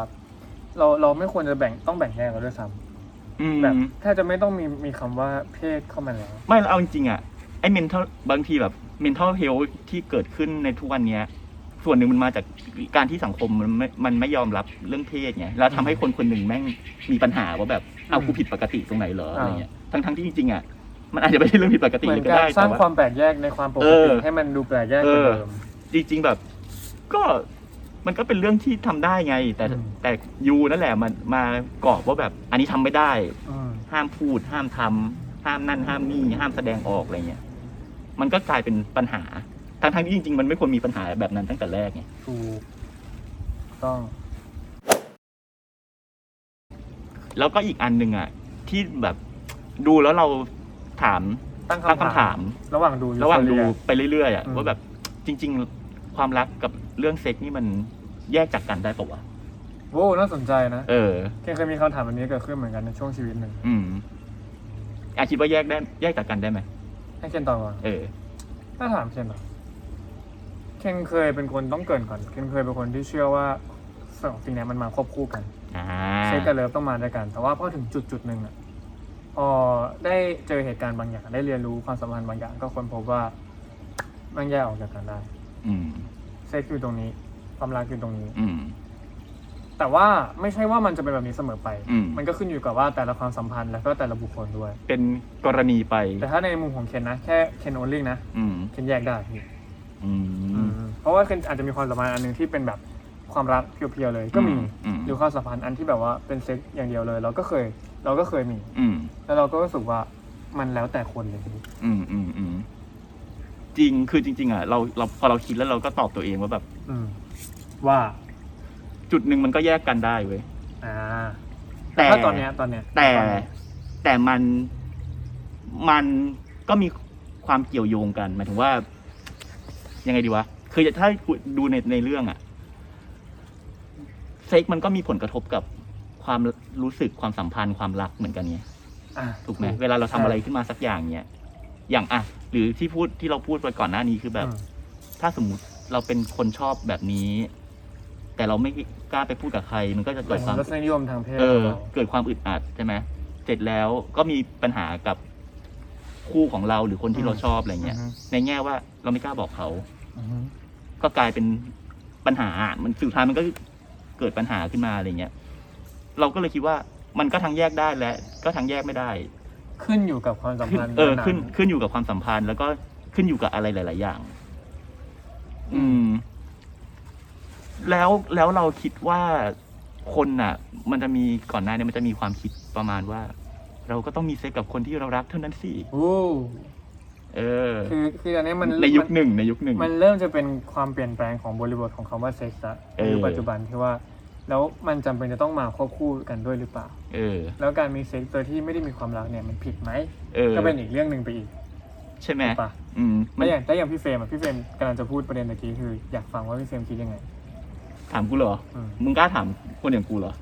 B: เราเราไม่ควรจะแบ่งต้องแบ่งแยกกันด้วยซ้
A: อืม
B: ำแบบแทบจะไม่ต้องมีมีคำว่าเพศเข้ามาแล้ว
A: ไม่แล้วเอาจริงๆอะไอ้ mental บางทีแบบ mental health ที่เกิดขึ้นในทุกวันเนี้ย ส่วนหนึ่งมันมาจากการที่สังคมมันไม่มันไม่ยอมรับเรื่องเพศไงแล้วทำให้คนคนหนึ่งแม่งมีปัญหาว่าแบบเอากูผิดปกติตรงไหนเหรออะไรเงี้ยทั้งทั้งๆที่จริงๆอะมันอาจจะไม่ใช่เรื่องผิดปกติ
B: เหมือ
A: เลย
B: น
A: ก็
B: การ
A: ได้
B: สร้าง
A: แต่ว่า
B: ความแปลกแยกในความปก
A: เอ
B: ติ
A: อ
B: ให้มันดูแปลกแยก
A: เอ
B: ก
A: อ
B: ว่าเดิม
A: จริง ๆแบบ ก็มันก็เป็นเรื่องที่ทำได้ไง แต่
B: อืม
A: แต่ยูนั่นแหละมันมากรอบว่าแบบ อันนี้ทำไม่ได้
B: อืม
A: ห้ามพูด ห้ามทำห้ามนั่นห้ามนี่ ห้ามแสดงออกอะไรเงี้ยมันก็กลายเป็นปัญหาทั้งทที่จริง ๆ มันไม่ควรมีปัญหาแบบนั้นตั้งแต่แรกไง
B: ถูกต้อง
A: แล้วก็อีกอันหนึ่งอ่ะ ที่แบบดูแล้วเราถาม
B: ตั้ง
A: ตั้ง
B: คำ
A: คำ
B: ถา
A: ถาม ม
B: ระหว่างดู
A: ระหว่างดู
B: Euphoria
A: ไปเรื่อยๆอ่ะ
B: อืม
A: ว่าแบบจริง ๆ ความรักกับเรื่องเซ็กนี่มันแยกจากกันได้ปะวะ
B: โอ้น่าสนใจนะ
A: เออ
B: เคยเคยมีคำถามแบบนี้เกิดขึ้นเหมือนกันในช่วงชีวิตหนึ่ง
A: อืมอาคิดว่าแยกได้แยกจากกันได้ไหม
B: ให้เคนตอบก่อน
A: เออ
B: ถ้าถามเคนเหรอเคนเคยเป็นคนต้องเกรินก่อน เคนเคยเป็นคนที่เชื่อว่าสองสิ่งเนี้ยมันมาควบคู่กัน
A: อ่า
B: เซ็กกับเลิฟต้องมาด้วยกัน แต่ว่าพอถึงจุดจุดๆหนึ่งอะพอได้เจอเหตุการณ์บางอย่าง ได้เรียนรู้ความสัมพันธ์บางอย่าง ก็ค้นพบว่ามันแยกออกจากกันได้
A: อืม
B: เซ็กอยู่ตรงนี้ ความรักอยู่ตรงนี้
A: อืม
B: แต่ว่าไม่ใช่ว่ามันจะเป็นแบบนี้เสมอไป
A: อืม
B: มันก็ขึ้นอยู่กับว่าแต่ละความสัมพันธ์แล้วก็แต่ละบุคคลด้วย
A: เป็นกรณีไป
B: แต่ถ้าในมุมของเคนนะ แค่เคนโอลิงนะ
A: อืม
B: เคนแยกได้พี่
A: อื
B: อื
A: ม
B: มเพราะว่าเคนอาจจะมีความสัมพันธ์อันหนึ่งที่เป็นแบบความรักเพียวๆเลย ก็มี
A: อืม
B: หรือความสัมพันธ์อันที่แบบว่าเป็นเซ็กอย่างเดียวเลย เราก็เคย เราก็เคยมี
A: อืม
B: แล้วเราก็รู้สึกว่ามันแล้วแต่คนเลยพี่
A: อืมอืมอืมจริงคือจริง ๆ อ่ะ เราเราพอเราคิดแล้วเราก็ตอบตัวเองว่าแบบ
B: อืม ว่า
A: จุดหนึ่งมันก็แยกกันได้เว้ย
B: อ่า
A: แต่
B: แต่าตอนเนี้ยตอนเนี้ย
A: แต่
B: อนเนี้ย
A: แต่มันมันก็มีความเกี่ยวโยงกันหมายถึงว่า ยังไงดีวะคือถ้าดูในในเรื่องอะเซ็กมันก็มีผลกระทบกับความรู้สึกความสัมพันธ์ความรักเหมือนกันเนี่ย
B: อ่ะ
A: ถูกไหมเวลาเราทำอะไรขึ้นมาสักอย่างเนี่ยอย่างอ่ะหรือที่พูดที่เราพูดไปก่อนหน้านี้คือแบบ
B: อืม
A: ถ้าสมมติเราเป็นคนชอบแบบนี้ แต่เราไม่กล้าไปพูดกับใคร มันก็จะเกิดความ
B: รสนิยมทางเพศ
A: เออ
B: ของรา
A: เกิดความอึดอัดใช่ไหม เสร็จแล้วก็มีปัญหากับคู่ของเราหรือคนที่เราชอบอะไรเงี้ย ในแง่ว่าเราไม่กล้าบอกเขา
B: อือฮึ
A: ก็กลายเป็นปัญหา มันสุดท้ายมันก็เกิดปัญหาขึ้นมาอะไรเงี้ย เราก็เลยคิดว่ามันก็ทั้งแยกได้และ ก็ทั้งแยกไม่ได้
B: ขึ้นอยู่กับความสัม
A: ขึ้น
B: พันธ์
A: เออ
B: นั้นๆ
A: ขึ้น ขึ้นอยู่กับความสัมพันธ์ แล้วก็ขึ้นอยู่กับอะไรหลาย ๆ อย่าง อืม แล้ว แล้วเราคิดว่าคนน่ะ มันจะมีก่อนหน้าเนี่ยมันจะมีความคิดประมาณว่า เราก็ต้องมีเซ็กกับคนที่เรารักเท่านั้นสิ
B: โอ้
A: เออ
B: คือคืออันเนี้ยมัน
A: ในยุคหนึ่ง ในยุคหนึ่ง
B: มันเริ่มจะเป็นความเปลี่ยนแปลงของบริบทของคำว่าเซ็กซ์ละ
A: เอ
B: ใน
A: อ
B: ยุคปัจจุบันที่ว่า แล้วมันจำเป็นจะต้องมาควบคู่กันด้วยหรือเปล่า
A: เออ
B: แล้วการมีเซ็กซ์โดยที่ไม่ได้มีความรักเนี่ยมันผิดไหม
A: เออ
B: ก็เป็นอีกเรื่องหนึ่งไปอีก
A: ใช่ไหม
B: ถูกปะ
A: อืม มั
B: แล้
A: น
B: วอย่างแต่อย่างพี่เฟรมอ่ะพี่เฟรมกำลังจะพูดประเด็นตะกี้คืออยากฟังว่าพี่เฟรมคิดยังไง
A: ถามกูเหรอ
B: อืม
A: มึงกล้าถามคนอย่างกูเหรอ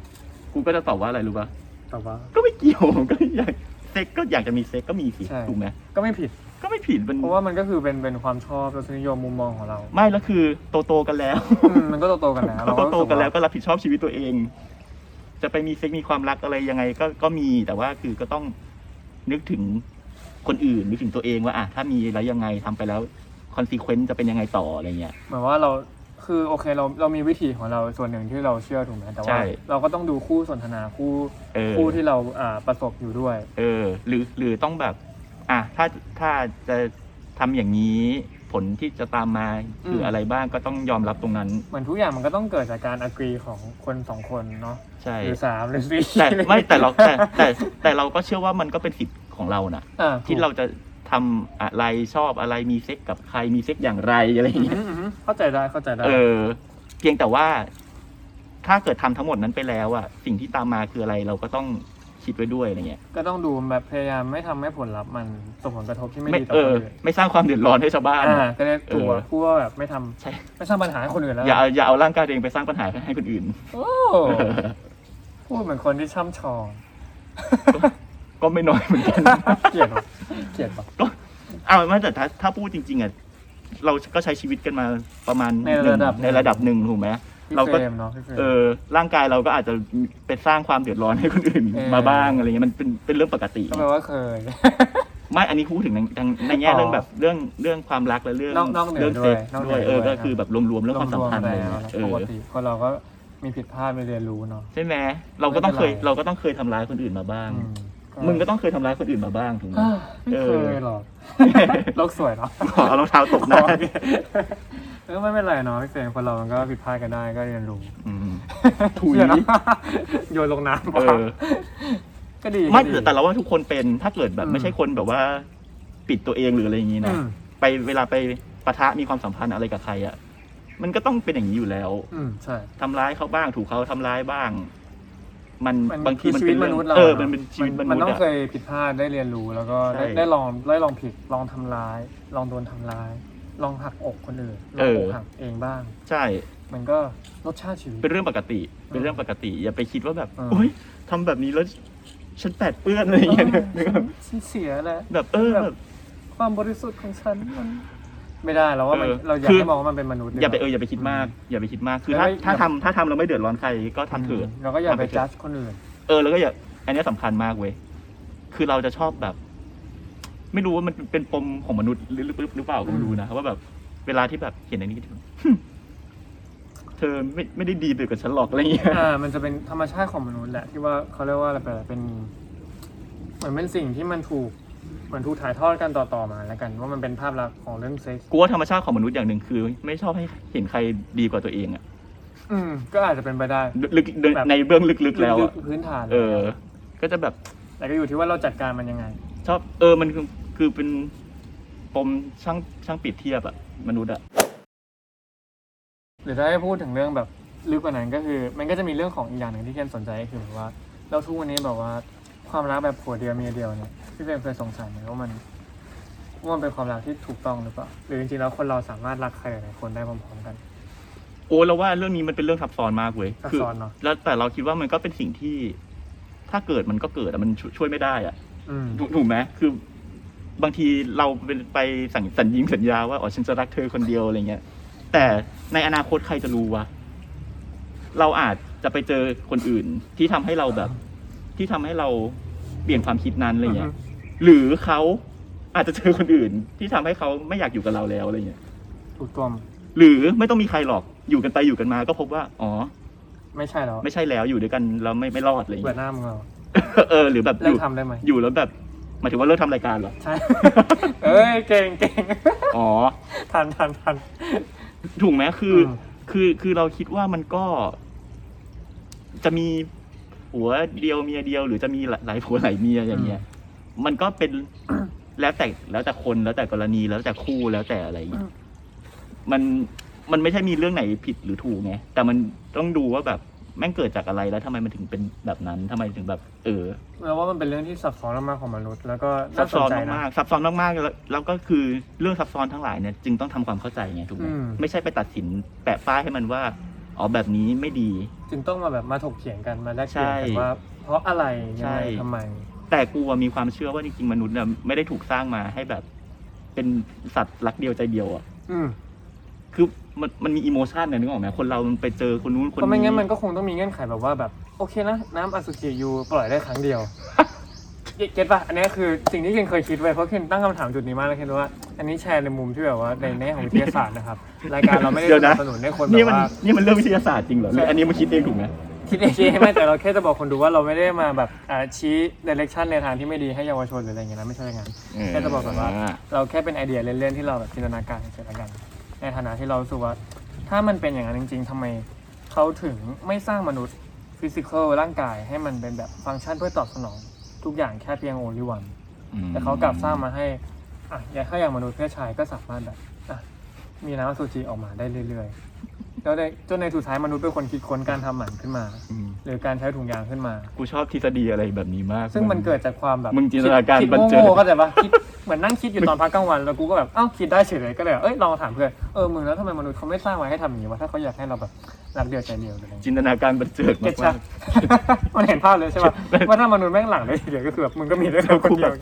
A: กูก็จะตอบว่าอะไรรู้ปะ
B: แต่ว่า
A: ก็ไม่เกี่ยว ก็อยากเซ็กก็อยากจะมีเซ็กก็มีสิ
B: ใช่
A: ถูกไหม
B: ก็ไม่ผิด
A: ก็ไม่ผิดมัน
B: เพราะว่ามันก็คือเป็นเป็นความชอบรสนิยมมุมมองของเรา
A: ไม่แล้วคือโตโตๆกัน แล้ว
B: อืมมันก็โตๆกันแล้ว
A: ก็
B: เรา
A: โต
B: ก็
A: โตๆกันแล้ว
B: รู้สึ
A: ก็รับผิดชอบชีวิตตัวเอง จะไปมีเซ็กมีความรักอะไรยังไงก็ก็มีแต่ว่าคือก็ต้องนึกถึงคนอื่นนึกถึงตัวเองว่าอ่ะถ้ามีแล้วยังไงทำไปแล้วคอนซีเควนต์จะเป็นยังไงต่ออะไรเงี้ย
B: ว่าเหมือนว่าเราคือโอเคเราเรามีวิธีของเราส่วนหนึ่งที่เราเชื่อถูกไหมแต่ว่า
A: ใช่
B: เราก็ต้องดูคู่สนทนาคู่
A: เออ
B: คู่ที่เราอ่าประสบอยู่ด้วย
A: เออ หรือหรือต้องแบบ อ่ะถ้าถ้าจะทำอย่างนี้ ผลที่จะตามมาคือ
B: ม
A: อะไรบ้างก็ต้องยอมรับตรงนั้น
B: เหมือนทุกอย่างมันก็ต้องเกิดจากการอกรีของคนสองคนเนาะ
A: ใช่
B: หรือสามหรือสี่
A: แต่ไม่แต่เราแต่แต่แต่เราก็เชื่อว่ามันก็เป็นสิทธิ์ของเรานะ
B: อ่
A: ที่เราจะทำอะไรชอบอะไรมีเซ็กกับใครมีเซ็กอย่างไรอะไรอ
B: อื
A: ย่าง
B: ม
A: เงี้ย
B: อืมอืมเข้าใจได้เข้าใจได้
A: เออ เพียงแต่ว่าถ้าเกิดทำทั้งหมดนั้นไปแล้วอะสิ่งที่ตามมาคืออะไรเราก็ต้องคิดไว้ด้วยอะไรเงี้ย
B: ก็ต้องดูแบบพยายามไม่ทำให้ผลลัพธ์มันส่งผลกระทบที่ไม่
A: ไม่
B: ดีต่อ
A: เอ
B: ค
A: อน
B: อื่น
A: ไม่สร้างความเดือดร้อนให้ชาวบ้าน
B: อ่าก็ได้ตัว
A: เออ
B: พูดว่าแบบไม่ทำ
A: ใช่
B: ไม่สร้างปัญหาให้คนอื่นแล้ว
A: อย่าเอาอย่าเอาร่างกายตัวเองไปสร้างปัญหาให้คนอื่น
B: โอ้พูดเหมือนคนที่ช่ำชอง
A: ก็ไม่น้อยเหมือน กัน
B: เกลียดปะเกลียดปะ
A: เอาไม่แต่ถ้าถ้าพูดจริง ๆอะเราก็ใช้ชีวิตกันมาประมาณ
B: ใน
A: หง
B: ระดับ
A: ในระดับหนึ่งถูกไหม
B: พี่
A: เราก็
B: เฟรมเนาะพี่เฟรม
A: เออร่างกายเราก็อาจจะไปสร้างความเดือดร้อนให้คนอื่น
B: เออ
A: มาบ้างอะไรเงี้ยมันเป็นเป็นเรื่องปกติ
B: ก็แปลว่าเคย
A: ไม่ อันนี้พูดถึงในในในแง่
B: อ๋อ
A: เรื่องแบบเรื่องเรื่องความรักและเรื่อง
B: นอกนอกเหนือ
A: เรื่อง
B: ด้วย
A: เซ็กซ์
B: นอกเหนื
A: ด้ว
B: อย
A: เออ
B: ด้วย
A: ก็คือแบบรวมๆเรื่องความสัมพันธ์
B: ว
A: อะไร
B: ๆแล้ว
A: เงี้ย
B: นะ
A: เอ
B: ป
A: อก
B: ติคนเราก็มีผิดพลาดมีเรียนรู้เนาะ
A: ใช่ไหมเราก็ต้องเคย
B: ไม่เป็นไร
A: เราก็ต้องเคยทำร้ายคนอื่นมาบ้าง
B: อื
A: มึงก็ต้องเคยทำร้ายคนอื่นมาบ้างถูกไหม
B: อ่าไม่
A: เอ
B: เค
A: อ
B: ยหรอกโลกสวยเนาะ
A: ขอเอารองเท้าตบหน้า
B: เออไม่เป็นไรเนาะพี่เฟรมคนเรามันก็ผิดพลาดกันได้ก็เรียนรู้
A: อืมถุย
B: เดี๋วนะ โยนลงน้ำ
A: เอ
B: ปะ
A: อ
B: ก็ดี
A: ไม่
B: ก็ดี
A: แต่แต่เราว่าทุกคนเป็นถ้าเกิดแบบ
B: อืม
A: ไม่ใช่คนแบบว่า ปิดตัวเองหรืออะไรอย่างงี้นะ
B: อืม
A: ไปเวลาไปปะทะมีความสัมพันธ์อะไรกับใครอ่ะมันก็ต้องเป็นอย่างนี้อยู่แล้ว
B: อืมใช่
A: ทำร้ายเขาบ้าง ถูกเขาทำร้ายบ้าง มัน
B: มัน
A: บางที
B: คือ
A: มัน
B: ชีวิ
A: เป็
B: ตม
A: นเรื่อง
B: นุษย์เรา
A: เออ
B: อะ
A: มันเป็นชีวิตมนุษย์
B: มันต้อง
A: อะ
B: เคยผิดพลาดได้เรียนรู้แล้วก็ได้
A: ใช่
B: ได้ลองได้ลองผิดลองทำร้าย ลองโดนทำร้าย ลองหักอกคนอื่นล
A: เอ
B: อง
A: อ
B: อกหักเองบ้าง
A: ใช่
B: มันก็รสชาติชีวิต
A: เป็นเรื่องปกติ เป็นเรื่องปกติ อย่าไปคิดว่าแบบ
B: อ่า
A: โอ๊ยทำแบบนี้แล้วฉันแปดเปื้อนอะไรอย่างเงี้ย
B: เออฉันฉันเสียแล้ว
A: แบบเออแบบ
B: ความบริสุทธิ์ของฉันมัน ไม่ได้เราว่ามัน
A: เออ
B: เราอยาก
A: คือ
B: ให้มองว่ามันเป็นมนุษย์ดีก
A: อย่า
B: ว่า
A: ไปเอออย่าไปคิดมาก อย่าไปคิดมาก คือ
B: แล้ว
A: ถ้า
B: ก็อย่า
A: ถ้าทำถ้าทำเราไม่เดือดร้อนใครก็ทำเถิด
B: เราก็อย่าไป
A: ทำไปเถอะ
B: จัดคนอื่น
A: เออแล้วก็อย่าอันเนี้ยสำคัญมากเว้ย คือเราจะชอบแบบ ไม่รู้ว่ามันเป็นปมของมนุษย์หรือหรือหรือเปล่าก็ไม่รู้นะว่าแบบ เวลาที่แบบเห็นอันนี้ก็จะแบบหึ่มเธอไม่ไม่ได้ดีไปกับฉันหรอกอะไรอย่างเงี้ย
B: อ่า มันจะเป็นธรรมชาติของมนุษย์แหละที่ว่าเขาเรียกว่าอะไรเป็นเป็น เหมือนเป็นสิ่งที่มันถูกเหมือนถูกถ่ายทอดกันต่อๆมาแล้วกัน ว่ามันเป็นภาพลักษณ์ของเรื่องเซ็กส์
A: กูว่าธรรมชาติของมนุษย์อย่างหนึ่งคือ ไม่ชอบให้เห็นใครดีกว่าตัวเองอะ
B: อืม ก็อาจจะเป็นไปได้
A: ลึกๆ
B: แบบ
A: ในเบื้องลึกๆแล้วอะ
B: พื้นฐาน
A: เออ ก็จะแบบ
B: แต่ก็อยู่ที่ว่าเราจัดการมันยังไง
A: ชอบ เออมันคือคือเป็นปมช่างช่างปิดเทียบอะมนุษย์อะ
B: หรือถ้าให้พูดถึงเรื่องแบบลึกกว่านั้นก็คือ มันก็จะมีเรื่องของอีกอย่างหนึ่งที่เคนสนใจก็คือแบบว่าเราทุกวันนี้แบบว่าความรักแบบผัวเดียวเมียเดียวเนี่ยพี่เฟรมเคยสงสัยไหมว่ามันว่ามันเป็นความรักที่ถูกต้องหรือเปล่าหรือจริงๆแล้วคนเราสามารถรักใครหลายๆคนได้พร้อมๆกัน
A: โอ้เราว่าเรื่องนี้มันเป็นเรื่องซับซ้อนมากเว้ย
B: ซับซ้อนเนอะ
A: แล้วแต่เราคิดว่ามันก็เป็นสิ่งที่ ถ้าเกิดมันก็เกิดอะมันช่วยช่วยไม่ได้อะ
B: อืม
A: ถูกถูกไหมคือบางทีเราเป็นไปสั่งสัญญิงสัญญาว่าอ๋อฉันจะรักเธอคนเดียวอะไรเงี้ย แต่ในอนาคตใครจะรู้วะเราอาจจะไปเจอคนอื่นที่ทำให้เราแบบ ที่ทำให้เราเปลี่ยนความคิดนั้นอะไรเงี้ย หรือเขาอาจจะเจอคนอื่น ที่ทำให้เขาไม่อยากอยู่กับเราแล้วอะไรเงี้ย
B: ถูกต้อง
A: หรือไม่ต้องมีใครหรอกอยู่กันไปอยู่กันมา ก็พบว่า อ๋อ
B: ไม่ใช่แล้ว
A: ไม่ใช่แล้วอยู่ด้วยกันแล้วไม่ไม่รอดอะไรอย่าง
B: เบื่อห
A: เงี้ย
B: น้ามึงเรา
A: เออหรือแบบอ
B: เลิก
A: ยู่
B: ทำได้ไหม
A: อยู่แล้วแบบหมายถึงว่าเลิกทำรายการเหรอ
B: ใช่ เอ้ยเก่งเก่ง
A: อ๋อ
B: ทันทันทัน
A: ถูกไหมคืออ
B: ม
A: คือคือเราคิดว่ามันก็ จะมีหัวเดียวเมียเดียว หรือจะมีหลายผัวหลายเมียอย่างเงี้ย มันก็เป็น แล้วแต่แล้วแต่คนแล้วแต่กรณีแล้วแต่คู่แล้วแต่อะไรอย่างเงี้ยมันมันไม่ใช่มีเรื่องไหนผิดหรือถูกไงแต่มันต้องดูว่าแบบแม่งเกิดจากอะไรแล้วทำไมมันถึงเป็นแบบนั้นทำไมถึงแบบ เออ
B: เราว่ามันเป็นเรื่องที่ซับซ้อนมากๆของมนุษย์ แล้วก็
A: ซั
B: น่า
A: บ
B: สน
A: ซ้อน
B: ใจนะ
A: มากๆซับซ้อนมากๆแล้วแล้วก็คือเรื่องซับซ้อนทั้งหลายเนี่ยจึงต้องทำความเข้าใจไงถูกไหม
B: อืม
A: ไม่ใช่ไปตัดสินแปะป้ายให้มันว่าอ๋อแบบนี้ไม่ดี
B: จึงต้องมาแบบมาถกเถียงกันมาแลกเปลี่ยนกัน
A: ใช่
B: ว่า เพราะอะไรยัง
A: ใช่
B: ไงทำไม
A: แต่กูอะมีความเชื่อว่าจริงๆมนุษย์เนี่ยไม่ได้ถูกสร้างมาให้แบบ เป็นสัตว์รักเดียวใจเดียวอ่ะ
B: อืม
A: คือมันมันมีอิโมชันเนี่ยนึกออกไหมคนเรามันไปเจอคนนู้นคน
B: เพราะไม่
A: นี้
B: งั้นมันก็คงต้องมีเงื่อนไขแบบว่าแบบ โอเคนะ น้ำอสุจิอยู่ปล่อยได้ครั้ง เดียว เก็ตเก็ตป่ะ อันนี้คือสิ่งที่เคนเคยคิดไว้เพราะเคนตั้งคำถามจุดนี้มากแล้วเคนรู้ว่า อันนี้แชร์ในมุมที่แบบว่าในแง่ของวิทยาศาสตร์ นะครับ รายการเราไม่ได้
A: เดี๋ยว
B: สนั
A: นะ
B: บสนุนให้คนแบ
A: นี่
B: บ
A: มัน
B: ว่า
A: นี่มันเรื่องวิทยาศาสตร์จริงเหรอหรืออันนี้มันคิดเองถูกไหม
B: คิดเองคิดเองไม่แต่เราแค่จะบอกคนดูว่าเราไม่ได้มาแบบอ่าชี้เดเรคชันในทางที่ไม่ดีให้เยาวชนหรืออะไรอย่างเงี้ยนะไม่ใช่อย่างนั้น แค่จะบอกก่อนว่า เราแค่เป็นไอเดียเล่นๆที่เราแบบจินตนาการเฉยๆแล้วกัน ในฐานะที่เรารู้สึกว่า ถ้ามันเป็นอย่างนั้นจริง ๆทำไมเขาถึงไม่สร้างมนุษย์ฟิสิกอลร่างกายให้มันเป็นแบบฟังก์ชันเพื่อตอบสนอง ทุกอย่างแค่เพียงโอลิวัน
A: อืม
B: แต่เขากลับสร้างมาให้อ่ะอย่างถ้าอย่างมนุษย์เพศชายก็สามารถแบบอ่ะมีน้ำอสุจิออกมาได้เรื่อยๆแล้วในจนในสุดท้ายมนุษย์เป็นคนคิดค้นการทำหมันขึ้นมา
A: อืม
B: หรือการใช้ถุงยางขึ้นมา
A: กูชอบทฤษฎีอะไรแบบนี้มาก
B: ซึ่งมันเกิดจากความแบบ
A: มึงจินตนาการ
B: คิด
A: บันเจิด
B: โง่ๆเข้าใจปะคิดเหมือนนั่งคิดอยู่ตอนพักกลางวัน แล้วกูก็แบบเอ้าคิดได้เฉยเลยก็เลยแบบเอ้ยลองถามเพื่อนเออมึงแล้วทำไมมนุษย์เขาไม่สร้างไว้ให้ทำอย่างนี้วะถ้าเขาอยากให้เราแบบรักเดียวใจเดียวอะไรอย่างเงี้ย
A: จินตนาการบันเจิด
B: เก็
A: มา
B: ตชั
A: ก
B: ก
A: ๆ
B: มันเห็นภาพเลยใช่ปะว่าถ้ามนุษย์แม่งหลังได้ทีเดียวก็คือแบบมึงก็มีได้แค่คนเดียว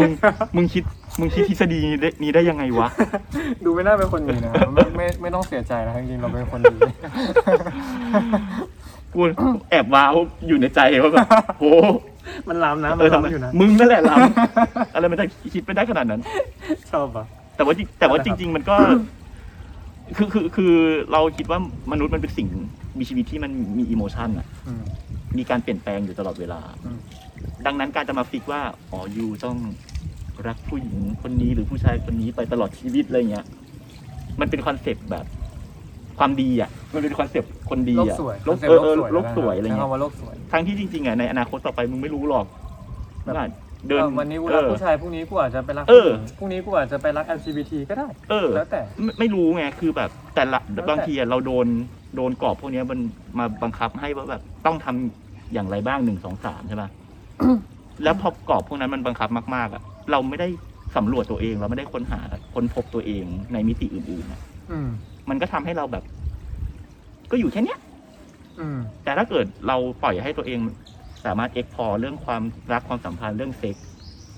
A: มึงมึงคิดมึงคิดทฤษฎีได้นี้ได้ยังไงวะ
B: ดูไม่น่าเป็นคนดีนะไม่ไม่ไม่ต้องเสียใจนะจริงๆเราเป็นคนดี
A: กูแอบว้าวอยู่ในใจว่า แบบโห
B: มันล้ำนะ
A: เอ
B: มัน
A: อทำไม
B: ล้ำอยู่นะ
A: มึงนั่นแหละลำ อะไรมันจะคิดไปได้ขนาดนั้น
B: ชอบปะ
A: แต่ว่าจริงแต่ว่า
B: นั่นแห
A: จ
B: ละครับ
A: ริง ๆ มันก็ คือคือคือเราคิดว่ามนุษย์มันเป็นสิ่งมีชีวิตที่มันมีอิโมชันอะ
B: อืม
A: มีการเปลี่ยนแปลงอยู่ตลอดเวลา
B: อืม
A: ดังนั้นการจะมาฟิกว่าอ๋อยูต้องรักผู้หญิงคนนี้หรือผู้ชายคนนี้ไปตลอดชีวิตอะไรเงี้ย มันเป็นคอนเซปต์แบบ ความดีอ่ะ มันเป็นคอนเซปต์คนดี
B: โลก
A: อ่ะ
B: สวย
A: โลก
B: เป็น
A: เออเออ
B: โล
A: โล
B: ก
A: ก
B: ส
A: ส
B: ว
A: วย ย
B: แล้ว
A: อะไร
B: กัน
A: เงี้
B: ใช้
A: ย
B: คำว่าโลกสวย
A: ทั้งที่จริงๆอ่ะในอนาคตต่อไปมึงไม่รู้หรอก
B: แบบ
A: ว่าเดิน
B: เออวันนี้กูรักผู้
A: เออ
B: ชายพรุ่งนี้กูอาจจะไปรัก
A: เอ
B: ผู้หญิงพ
A: อ
B: รุ่งนี้กูอาจจะไปรัก LGBT ก็ได้
A: เออ
B: แล้วแต่
A: ไม่ไม่รู้ไงคือแบบ แต่ละ
B: แล้วแต่
A: บางทีอ่ะเราโดนโดนกรอบพวกเนี้ยมันมาบังคับให้ว่าแบบต้องทำอย่างไรบ้างหนึ่งสองสามใช่ ป่ะแล้วพอกรอบพวกนั้นมันบังคับมากๆอ่ะเราไม่ได้สำรวจตัวเองเราไม่ได้ค้นหาค้นพบตัวเองในมิติอื่นๆอะ
B: อืม
A: มันก็ทำให้เราแบบ ก็อยู่แค่เนี้ย
B: อืม
A: แต่ถ้าเกิดเราปล่อยให้ตัวเองสามารถเอ็กพอเรื่องความรักความสัมพันธ์เรื่องเซ็กส์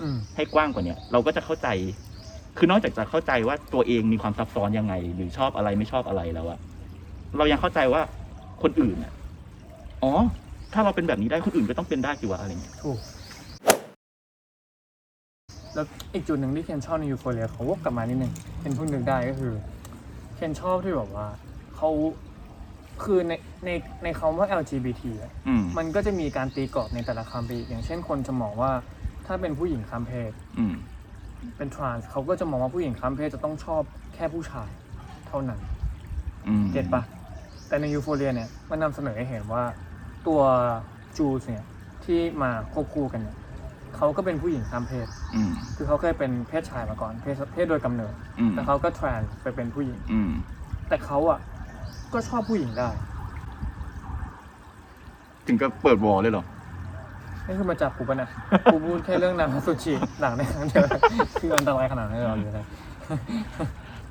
B: อืม
A: ให้กว้างกว่าเนี้ยเราก็จะเข้าใจ คือนอกจากจะเข้าใจว่าตัวเองมีความซับซ้อนยังไง หรือชอบอะไรไม่ชอบอะไรแล้วอะเรายังเข้าใจว่าคนอื่นอะอ๋อ ถ้าเราเป็นแบบนี้ได้คนอื่นก็ต้องเป็นได้สิวะอะไรเงี้ย
B: ถูก แล้วอีกจุดหนึ่งที่เคนชอบในยูโฟเรียเขาวกกลับมานิดนึงเคนเพิ่งนึกได้ก็คือเคนชอบที่แบบว่าเขาคือในในในคำว่า LGBT อะ
A: อืม
B: มันก็จะมีการตีกรอบในแต่ละคำไปอีกอย่างเช่นคนจะมองว่าถ้าเป็นผู้หญิงข้ามเพศ
A: อืม
B: เป็นทรานส์เขาก็จะมองว่าผู้หญิงข้ามเพศจะต้องชอบแค่ผู้ชายเท่านั้น
A: อืม
B: เก็ตปะแต่ในยูโฟเรียเนี่ยมันนำเสนอให้เห็นว่าตัวจูสเนี่ยที่มาควบคู่กันเนี่ยเขาก็เป็นผู้หญิงข้ามเพศ
A: อืม
B: คือเขาเคยเป็นเพศชายมาก่อนเพศเพศโดยกำเนิด
A: อืม
B: แต่เขาก็ทรานไปเป็นผู้หญิง
A: อืม
B: แต่เขาอ่ะก็ชอบผู้หญิงได้
A: ถึงก็เปิดวอลเลยเหรอ
B: นี่คือมาจากกูปะ นะ กูพูดแค่เรื่องนางซูชิหลังในครั้งเดียวคืออันตรายขนาดนั้นเลยเหรอหรืออะไร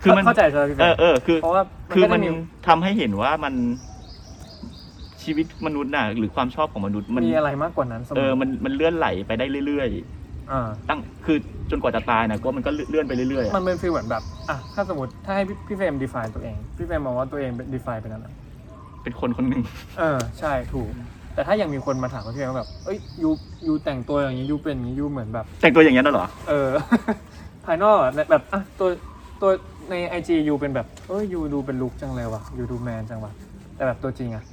A: คือมัน
B: เข้าใจใช่ไหมพี่
A: เอ
B: เป๊
A: อเออคือ
B: เพราะว่า
A: คือ
B: ก็จะ
A: มันทำให้เห็นว่ามันชีวิตมนุษย์น่ะหรือความชอบของมนุษย์มัน
B: มีอะไรมากกว่านั้นเสม
A: เอ
B: อ
A: อมันมันเลื่อนไหลไปได้เรื่อย
B: อ่า
A: ๆตั้งคือจนกว่าจะตายนะก็มันก็เลื่อนไปเรื่อยๆ
B: มั
A: อะ
B: นเป็นฟีลเหมือนแบบอ่ะถ้าสมมติถ้าให้พี่พี่เฟรม define ตัวเอง พี่เฟรมมองว่าตัวเองเป็น define เป็นอะไร
A: เป็นคนคนหนึ่ง
B: เออ ใช่ถูก แต่ถ้ายังมีคนมาถามพี่เฟรมว่าแบบ เอ้ยยูยูแต่งตัวอย่างนี้ยูเป็นอย่างนี้ยูเหมือนแบบ
A: แต่งตัวอย่างนี้ยน่ะเหรอ
B: เอ อ ภายนอกอะแบบอ่ะตัวตัวในไอจียูเป็นแบบ เอ้ยยูดูเป็นลุคจังเลยว่ะยูดูแมนจังว่ะแต่แบบตัวจริงอ่ะ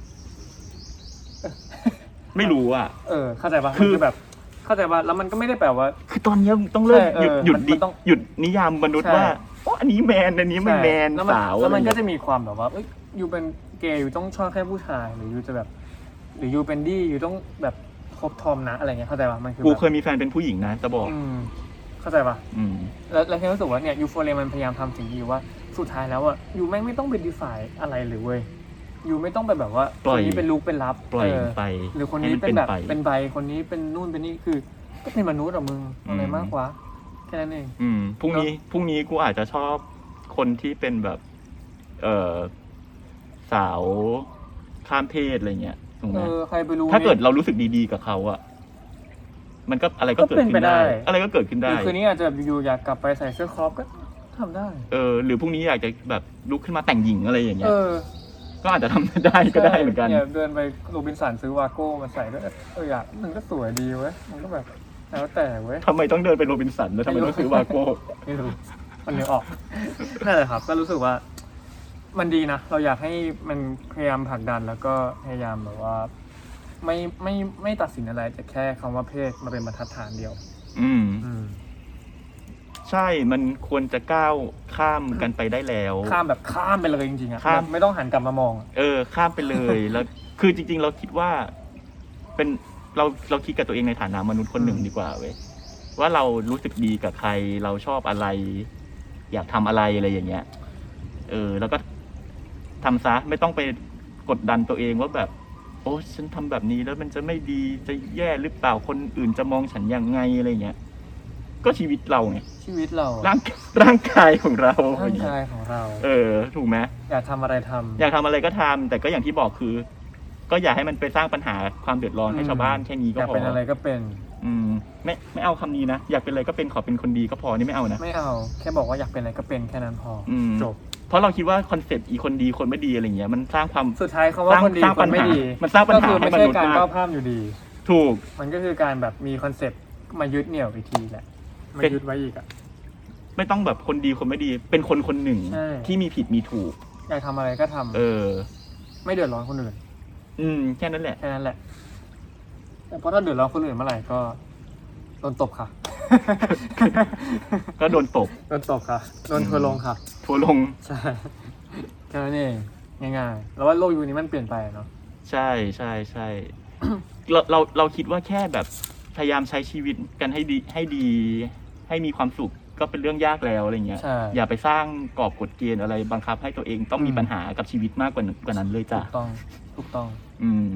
A: ไม่รู้อ่ะ
B: เออ เข้าใจปะ
A: คือ
B: มันแบบ เข้าใจปะแล้วมันก็ไม่ได้แปลว่า
A: คือตอนเนี้ยต้องเลิก
B: ใช่เออ
A: หยุด
B: มัน
A: หยุดดิ
B: มันต้อง
A: หยุดนิยามมนุษย์
B: ใช่
A: ว่าโอ้อันนี้แมนอันนี้ไม่
B: ใช่
A: แมน
B: ล้วมั
A: สาว
B: แล้วมัน
A: อะไร
B: ก็
A: เงี้ย
B: จะมีความแบบว่าเอ้ยยูเป็นเกย์ยูต้องชอบแค่ผู้ชาย หรือยูจะแบบ หรือยูเป็นดี้ยูต้องแบบคบทอมนะอะไรเงี้ยเข้าใจปะมันคือ
A: กู
B: แบบ
A: เคยมีแฟนเป็นผู้หญิงนะจะบอก
B: อืมเข้าใจปะ
A: อืม
B: แล้วแล้วแค่รู้สึกว่าเนี่ยยูโฟเลมันพยายามทำสิ่งดีว่าสุดท้ายแล้วอะยูแม่งไม่ต้องไปดีฟายอะไรเลยเว้ยยูไม่ต้องไปแบบว่า
A: ป
B: ค
A: ล่อย
B: นนี้เป็นลูกเป็นลับ
A: ปล่อย
B: เออ
A: ไป
B: หรือคน
A: ให้
B: นี้
A: มั
B: เป็นแบบ
A: ไ
B: เป็นใบคนนี้เป็นนู่นเป็นนี่คือ ก็เป็นมนุษย์อะมึงอะไร
A: อืม
B: มากกว่าแค่นั้นเอง
A: อืมพรุ่งนี้พรุ่งนี้กูอาจจะชอบคนที่เป็นแบบ เออสาวข้ามเพศอะไรเงี้ยถูกไหม
B: เออใครไปรู้
A: ถ้าเกิด
B: นี่
A: เรารู้สึกดีๆกับเขาอะมันก็อะไรก็เกิด
B: ก็เป็
A: ขึ้
B: นไป
A: นได้
B: ได้
A: อะไรก็เกิดขึ้น
B: ห
A: ได้
B: รือคืนนี้อาจจะแบบอยู่ๆอยากกลับไปใส่เสื้อครอปก็ทำได้
A: เออ หรือพรุ่งนี้อยากจะแบบลุกขึ้นมาแต่งหญิงอะไรอย่างเงี้
B: เอย อ
A: ก็อาจจะทำได้ก็ได้เหมือนกัน
B: เนี่ยเดินไปโรบินสันซื้อวาโก้มาใส่ก็เอออยากมันก็สวยดีเว้ย มันก็แบบแล้วแต่เว้ย
A: ทำไมต้องเดินเป็นโรบินสันแล้วทำไมต้องซื้อวาโก้
B: ไม่รู้มันเนื้อออก นั่นแหละครับ ก็รู้สึกว่า มันดีนะ เราอยากให้มันพยายามผลักดันแล้วก็พยายามแบบว่า ไม่ไม่ไม่ตัดสินอะไรแต่แค่คำว่าเพศมาเป็นบรรทัดฐานเดียว
A: อืม
B: อืม
A: ใช่มันควรจะก้าวข้ามกันไปได้แล้ว
B: ข้ามแบบข้ามไปเลยจริงๆอะ
A: ข้าม
B: แบบไม่ต้องหันกลับมามองอะ
A: เออ ข้ามไปเลย แล้วคือจริง ๆ เราคิดว่า เป็นเราเราคิดกับตัวเองในฐานะมนุษย์คนหนึ่งดีกว่าเว้ยว่าเรารู้สึกดีกับใคร เราชอบอะไร อยากทำอะไรอะไรอย่างเงี้ย เออ แล้วก็ทำซะไม่ต้องไปกดดันตัวเองว่าแบบ โอ้ฉันทำแบบนี้แล้วมันจะไม่ดีจะแย่หรือเปล่าคนอื่นจะมองฉันยังไงอะไรอย่างเงี้ย ก็ชีวิตเราไง
B: ชีวิตเราอะ
A: ร่างร่างกายของเรา
B: ร่างกายของเรา
A: เออ ถูกไหม
B: อยากทำอะไรทำ
A: อยากทำอะไรก็ทำแต่ก็อย่างที่บอกคือ ก็อย่าให้มันไปสร้างปัญหาความเดือดร้อนให้
B: อืม
A: ชาวบ้านแค่นี้
B: อ
A: ก็
B: ยาก
A: พอ
B: เป็นอะไรก็เป็น
A: อืมไม่ไม่เอาคำนี้นะ อยากเป็นอะไรก็เป็นขอเป็นคนดีก็พอนี่ไม่เอานะ
B: ไม่เอา แค่บอกว่าอยากเป็นอะไรก็เป็นแค่นั้นพออ
A: ม
B: จบ
A: เพราะเราคิดว่าคอนเซปต์อีคนดีคนไม่ดีอะไรเงี้ยมันสร้างความ
B: สุดท้ายคำว่า
A: สร้าง
B: คนดี
A: สร้าง
B: ค
A: ปั
B: น
A: ญหา
B: ไม่ดี
A: มันสร้างปัญ
B: ก็
A: หา
B: คือ
A: ให้
B: ไม่
A: มนุ
B: ใช่
A: ษย์
B: การ
A: มาก
B: ก้าวข้ามอยู่ดี
A: ถูก
B: มันก็คือการแบบมีคอนเซปต์มายึดเหนี่ยวอีกทีแหละมา
A: เป็น
B: ยึดไว้อีกอ่ะ
A: ไม่ต้องแบบคนดีคนไม่ดี เป็นคนคนหนึ่ง
B: ใช่
A: ที่มีผิดมีถูก
B: อยากทำอะไรก็ทำ
A: เออ
B: ไม่เดือดร้อนคนอื่น
A: อืมแค่นั้นแหละ
B: แค่นั้นแหละแต่เพราะถ้าเดือดร้อนคนอื่นเมื่อไหร่ก็โดนตบค่ะ
A: ก็โดนตบ
B: โดนตบค่ะโดนทัวร์ลงค่ะ
A: ทัวร์ลง
B: ใช่แค่นั้นเองง่ายๆแล้วว่าโลกยุคนี้มันเปลี่ยนไปเนาะ
A: ใช่ใช่ใช่เราเราเราคิดว่าแค่แบบพยายามใช้ชีวิตกันให้ดีให้ดี ให้มีความสุขก็เป็นเรื่องยากแล้วอะไรเงี้ย
B: ใช่
A: อย่าไปสร้างกรอบกฎเกณฑ์อะไรบังคับให้ตัวเองต้องมี
B: อืม
A: ปัญหากับชีวิตมากกว่ากว่านั้นเลยจ้ะ
B: ถูกต้องถูกต้อง
A: อืม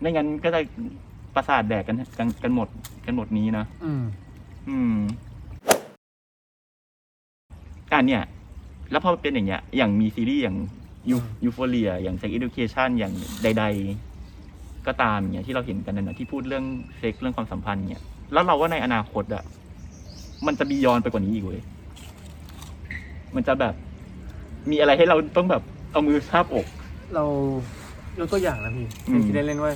A: ไม่งั้นก็จะประสาทแดกกันกันกันหมดกันหมดนี้นะ
B: อืม
A: อืมอ่าเนี่ย แล้วพอเป็นอย่างเงี้ย อย่างมีซีรีส์อย่าง ยู
B: อืม
A: ยูโฟเรียอย่างเซ็ก e อ u c a t i o n อย่างใด ๆ ก็ตามเนี่ยที่เราเห็นกันนั่นนะที่พูดเรื่องเซ็กเรื่องความสัมพันธ์เนี่ย แล้วเราว่าในอนาคตอะมันจะบียอนไปกว่านี้อีกเว้ยมันจะแบบ มีอะไรให้เราต้องแบบเอามือทาบอก
B: เรายกตัวอย่างนะพี่
A: อืม
B: ที่คิดเล่นๆว่า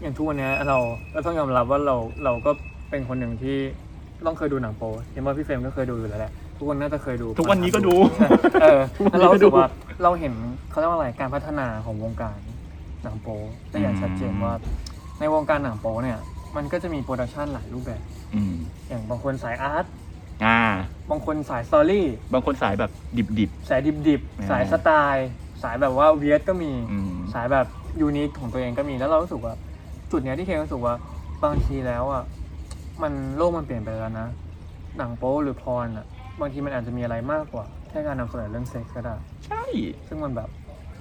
B: อย่างทุกวันเนี้ยเราก็ต้องยอมรับว่าเราเราก็เป็นคนหนึ่งที่ต้องเคยดูหนังโป๊เห็นว่าพี่เฟรมก็เคยดูอยู่แล้วแหละทุกคนน่าจะเคยดู
A: ทุกวันนี้ก็ดู
B: เออแล้วเรา
A: ทุกวันนี้ก็
B: รู้สึก
A: ดู
B: ว่าเราเห็นเขาเรียกว่าอะไรการพัฒนาของวงการหนังโป๊ได้อย่างชัดเจนว่า ในวงการหนังโป๊เนี่ย มันก็จะมีโปรดักชันหลายรูปแบบ
A: อืม
B: อย่างบางคนสายอาร์ต
A: อ่า
B: บางคนสายสตอรี่
A: บางคนสายแบบดิบ
B: สายดิบ
A: อ่า
B: ๆ สายสไตล์ สายแบบว่าเวียดก็มี
A: ๆอืม
B: สายแบบยูนิคของตัวเองก็มีแล้วเรารู้สึกว่า จุดเนี้ยที่เคนรู้สึกว่าบางทีแล้วอ่ะมันโลกมันเปลี่ยนไปแล้วนะ หนังโป๊หรือพรอ่ะ บางทีมันอาจจะมีอะไรมากกว่า แค่การนำเสนอเรื่องเซ็กส์ก็ได้
A: ใช่
B: ซึ่งมันแบบ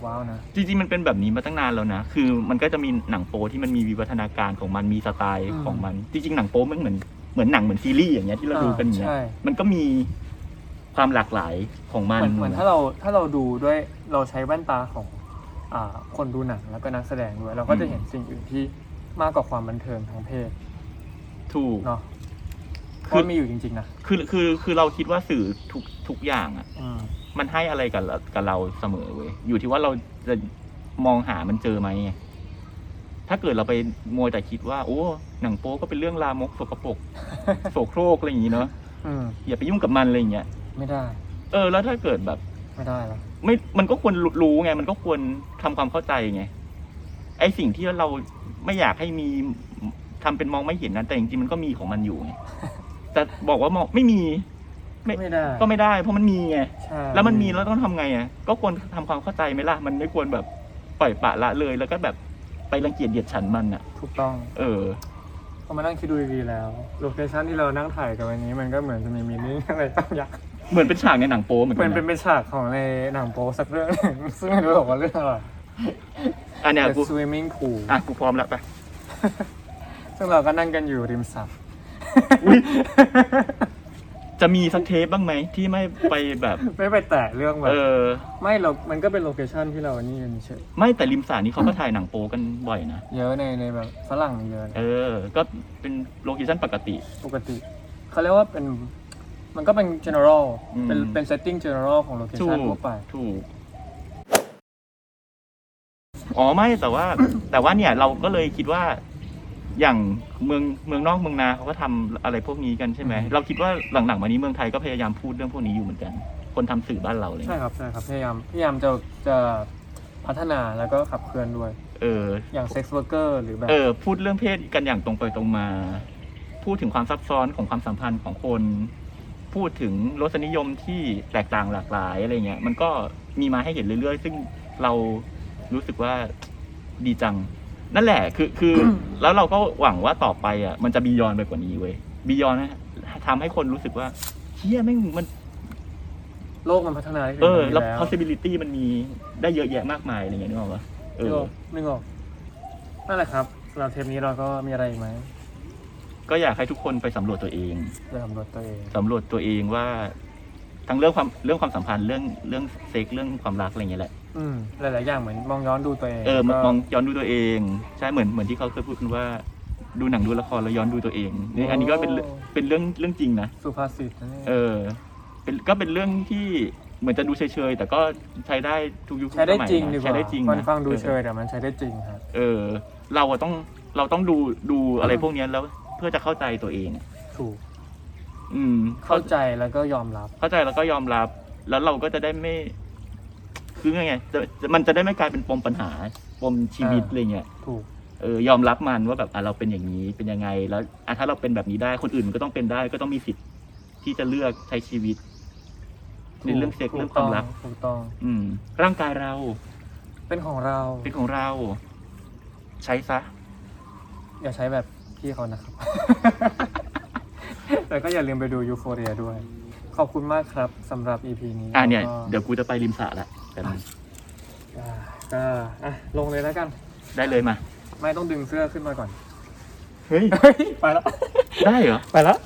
B: ว้าวนะ
A: จริงๆ มันเป็นแบบนี้มาตั้งนานแล้วนะ คือมันก็จะมีหนังโป๊ที่มันมีวิวัฒนาการของมัน มีสไตล์
B: อืม
A: ของมัน จริงๆ หนังโป๊มันเหมือนเหมือนหนังเหมือนซีรีส์อย่างเงี้ยที่เราดูกันเนี่ย
B: ใช่
A: มันก็มีความหลากหลายของมัน
B: เหมือนเหมือนถ้าเราถ้าเราดูด้วยเราใช้แว่นตาของอ่าคนดูหนังแล้วก็นักแสดงด้วยเราก็จะเห็นสิ่งอื่นที่มากกว่าความบันเทิงทางเพศ
A: ถูก
B: เนาะเพ
A: คือ
B: ราะมีอยู่จริงๆนะ
A: คือคือคือเราคิดว่าสื่อทุกทุกอย่างอ่ะ
B: อืม
A: มันให้อะไรกับเรากับเราเสมอเว้ย อยู่ที่ว่าเราจะมองหามันเจอไหมไงถ้าเกิดเราไปมัวแต่คิดว่า โอ้ หนังโป๊ก็เป็นเรื่องลามกสกปร ก โสโครกอะไรอย่างงี้เนาะ
B: อืม
A: อย่าไปยุ่งกับมันอะไรอย่างเงี้ย
B: ไม่ได้
A: เออ แล้วถ้าเกิดแบบ
B: ไม่ได้แล้ว
A: ไม่ มันก็ควรรู้ไง มันก็ควรทำความเข้าใจไง ไอสิ่งที่เราไม่อยากให้มีทำเป็นมองไม่เห็นนะ แต่จริงๆ มันก็มีของมันอยู่ไง แต่บอกว่ามองไม่มี ไม่
B: ไม่ได้
A: ก็ไม่ได้ เพราะมันมีไง
B: ใช่
A: แล้วมันมีแล้วต้องทำไงอ่ะ ก็ควรทำความเข้าใจไหมล่ะ มันไม่ควรแบบปล่อยปละละเลย แล้วก็แบบไปรังเกียจเหยียดฉันมันอ่ะ
B: ถูกต้อง
A: เออ
B: พอมานั่งคิดดูดีๆแล้ว โลเคชั่นที่เรานั่งถ่ายกันวันนี้มันก็เหมือนจะมีมินิ่ง อะไรบางอย่าง
A: เหมือนเป็นฉากในหนังโป๊เหมือน
B: เป็
A: กัน น
B: เป็น
A: นะ
B: เป็นฉากของในหนังโป๊สักเรื่องหนึ่ง ซึ่งไม่รู้หรอกว่าเรื่องอะไร
A: อันเนี้ย
B: The
A: กู
B: Swimming Pool
A: อ่ะกูพร้อมแล้วไป
B: ซึ่งเราก็นั่งกันอยู่ริม สระ
A: อุ๊ย จะมีสักเทปบ้างไหมที่ไม่ไปแบบ
B: ไม่ไปแตะเรื่องแบ
A: เอบ อ
B: ไม่เรามันก็เป็นโลเคชั่นที่เรานี่กันเฉย
A: ไม่แต่ริมสานี้เขาก็ถ่ายหนังโป๊กันบ่อยนะ
B: เยอะในในแบบฝรั่งเยอะนะ
A: เออ ก็เป็นโลเคชั่นปกติ
B: ปกติเขาเรียกว่าเป็นมันก็เป็น general
A: อืม
B: เป็นเป็น setting general ของโลเค
A: ถู
B: ชั่น
A: ก
B: ทั่วไป
A: ถูก อ๋อไม่แต่ว่า แต่ว่าเนี่ย เราก็เลยคิดว่า อย่างเมืองเมืองนอกเมืองนาเขาก็ทำอะไรพวกนี้กันใช่ไหม
B: อืม
A: เราคิดว่าหลังๆมานี้เมืองไทยก็พยายามพูดเรื่องพวกนี้อยู่เหมือนกัน คนทำสื่อบ้านเราเลย
B: ใช่ครับใช่ครับพยายามพยายามจะจะพัฒนาแล้วก็ขับเคลื่อนด้วย
A: เออ
B: อย่างเซ็กซ์เวิร์กเกอร์หรือแบบ
A: เออ พูดเรื่องเพศกันอย่างตรงไปตรงมา พูดถึงความซับซ้อนของความสัมพันธ์ของคน พูดถึงรสนิยมที่แตกต่างหลากหลายอะไรเงี้ย มันก็มีมาให้เห็นเรื่อยๆ ซึ่งเรารู้สึกว่าดีจัง นั่นแหละ คือคือ แล้วเราก็หวังว่าต่อไปอ่ะ มันจะบียอนไปกว่านี้เว้ยบียอนนะทำให้คนรู้สึกว่าเฮียแม่งมัน
B: โลกมันพัฒนาได้ถึง
A: เออ
B: นี้
A: แล้ว
B: แล้ว
A: possibility มันมีได้เยอะแยะมากมายอะไรเงี้ยนึกออกปะเอ
B: นึกอ
A: อ
B: อกนึกออกนั่นแหละครับสำหรับเทปนี้เราก็มีอะไรอีกไหม
A: ก็อยากให้ทุกคนไปสำรวจตัวเอง
B: เรื่องสำรวจตัวเอง
A: สำรวจตัวเองว่าทั้งเรื่องความเรื่องความสัมพันธ์เรื่องเรื่องเซ็กเรื่องความรักอะไรอย่างเงี้ยแหละ
B: อืมหลาย ๆ อย่างเหมือนมองย้อนดูตัวเอง
A: เออมัน
B: ก็
A: มองย้อนดูตัวเองใช่เหมือนเหมือนที่เขาเคยพูดกันว่า ดูหนังดูละครแล้วย้อนดูตัวเองนี่อันนี้ก็เป็นเรื่องเป็นเรื่องเรื่องจริงนะ
B: สุภาษิตนะเนี่ย
A: เออ เป็นก็เป็นเรื่องที่เหมือนจะดูเฉยๆแต่ก็ใช้ได้ทุกยุคทุก
B: ใช้ได้
A: สมัย
B: จริง
A: นะ
B: ดีกว่า
A: ใช้ได้จริง
B: มัน
A: นะ
B: ฟังดูเช
A: อย อ
B: แต่มันใช้ได้จริงครับ
A: เออ เราอะต้องเราต้องดูดูอะไรพวกเนี้ยแล้วเพื่อจะเข้าใจตัวเองอะ
B: ถูก
A: อืม
B: เข้าใจแล้วก็ยอมรับ
A: เข้าใจแล้วก็ยอมรับ แล้วเราก็จะได้ไม่ คือยังไงจะมันจะได้ไม่กลายเป็นปมปัญหา ปมชีวิต
B: อ่า
A: อะไรเงี้ย
B: ถูก
A: เออยอมรับมันว่าแบบอ่ะเราเป็นอย่างนี้เป็นยังไง แล้วอ่ะถ้าเราเป็นแบบนี้ได้คนอื่นก็ต้องเป็นได้ ก็ต้องมีสิทธิ์ที่จะเลือกใช้ชีวิตในเรื่องเซ็กส์
B: ถู
A: เรื่องความรัก
B: ถูกต้อง
A: อืม ร่างกายเรา
B: เป็นของเรา
A: เป็นของเรา ใช้ซะ
B: อย่าใช้แบบพี่เขานะครับ แต่ก็อย่าลืมไปดูยูโฟเรียด้วย ขอบคุณมากครับสำหรับ EP นี้
A: อ่ะเนี่ย
B: แล้วก็
A: เดี๋ยวกูจะไปริมสระละแบบนี้
B: อ่าก็อ่ะลงเลยแล้วกัน
A: ได้เลยมา
B: ไม่ต้องดึงเสื้อขึ้นมาก่อน
A: เฮ้ย
B: ไปแล้ว
A: ได้เหรอ
B: ไปแล้ว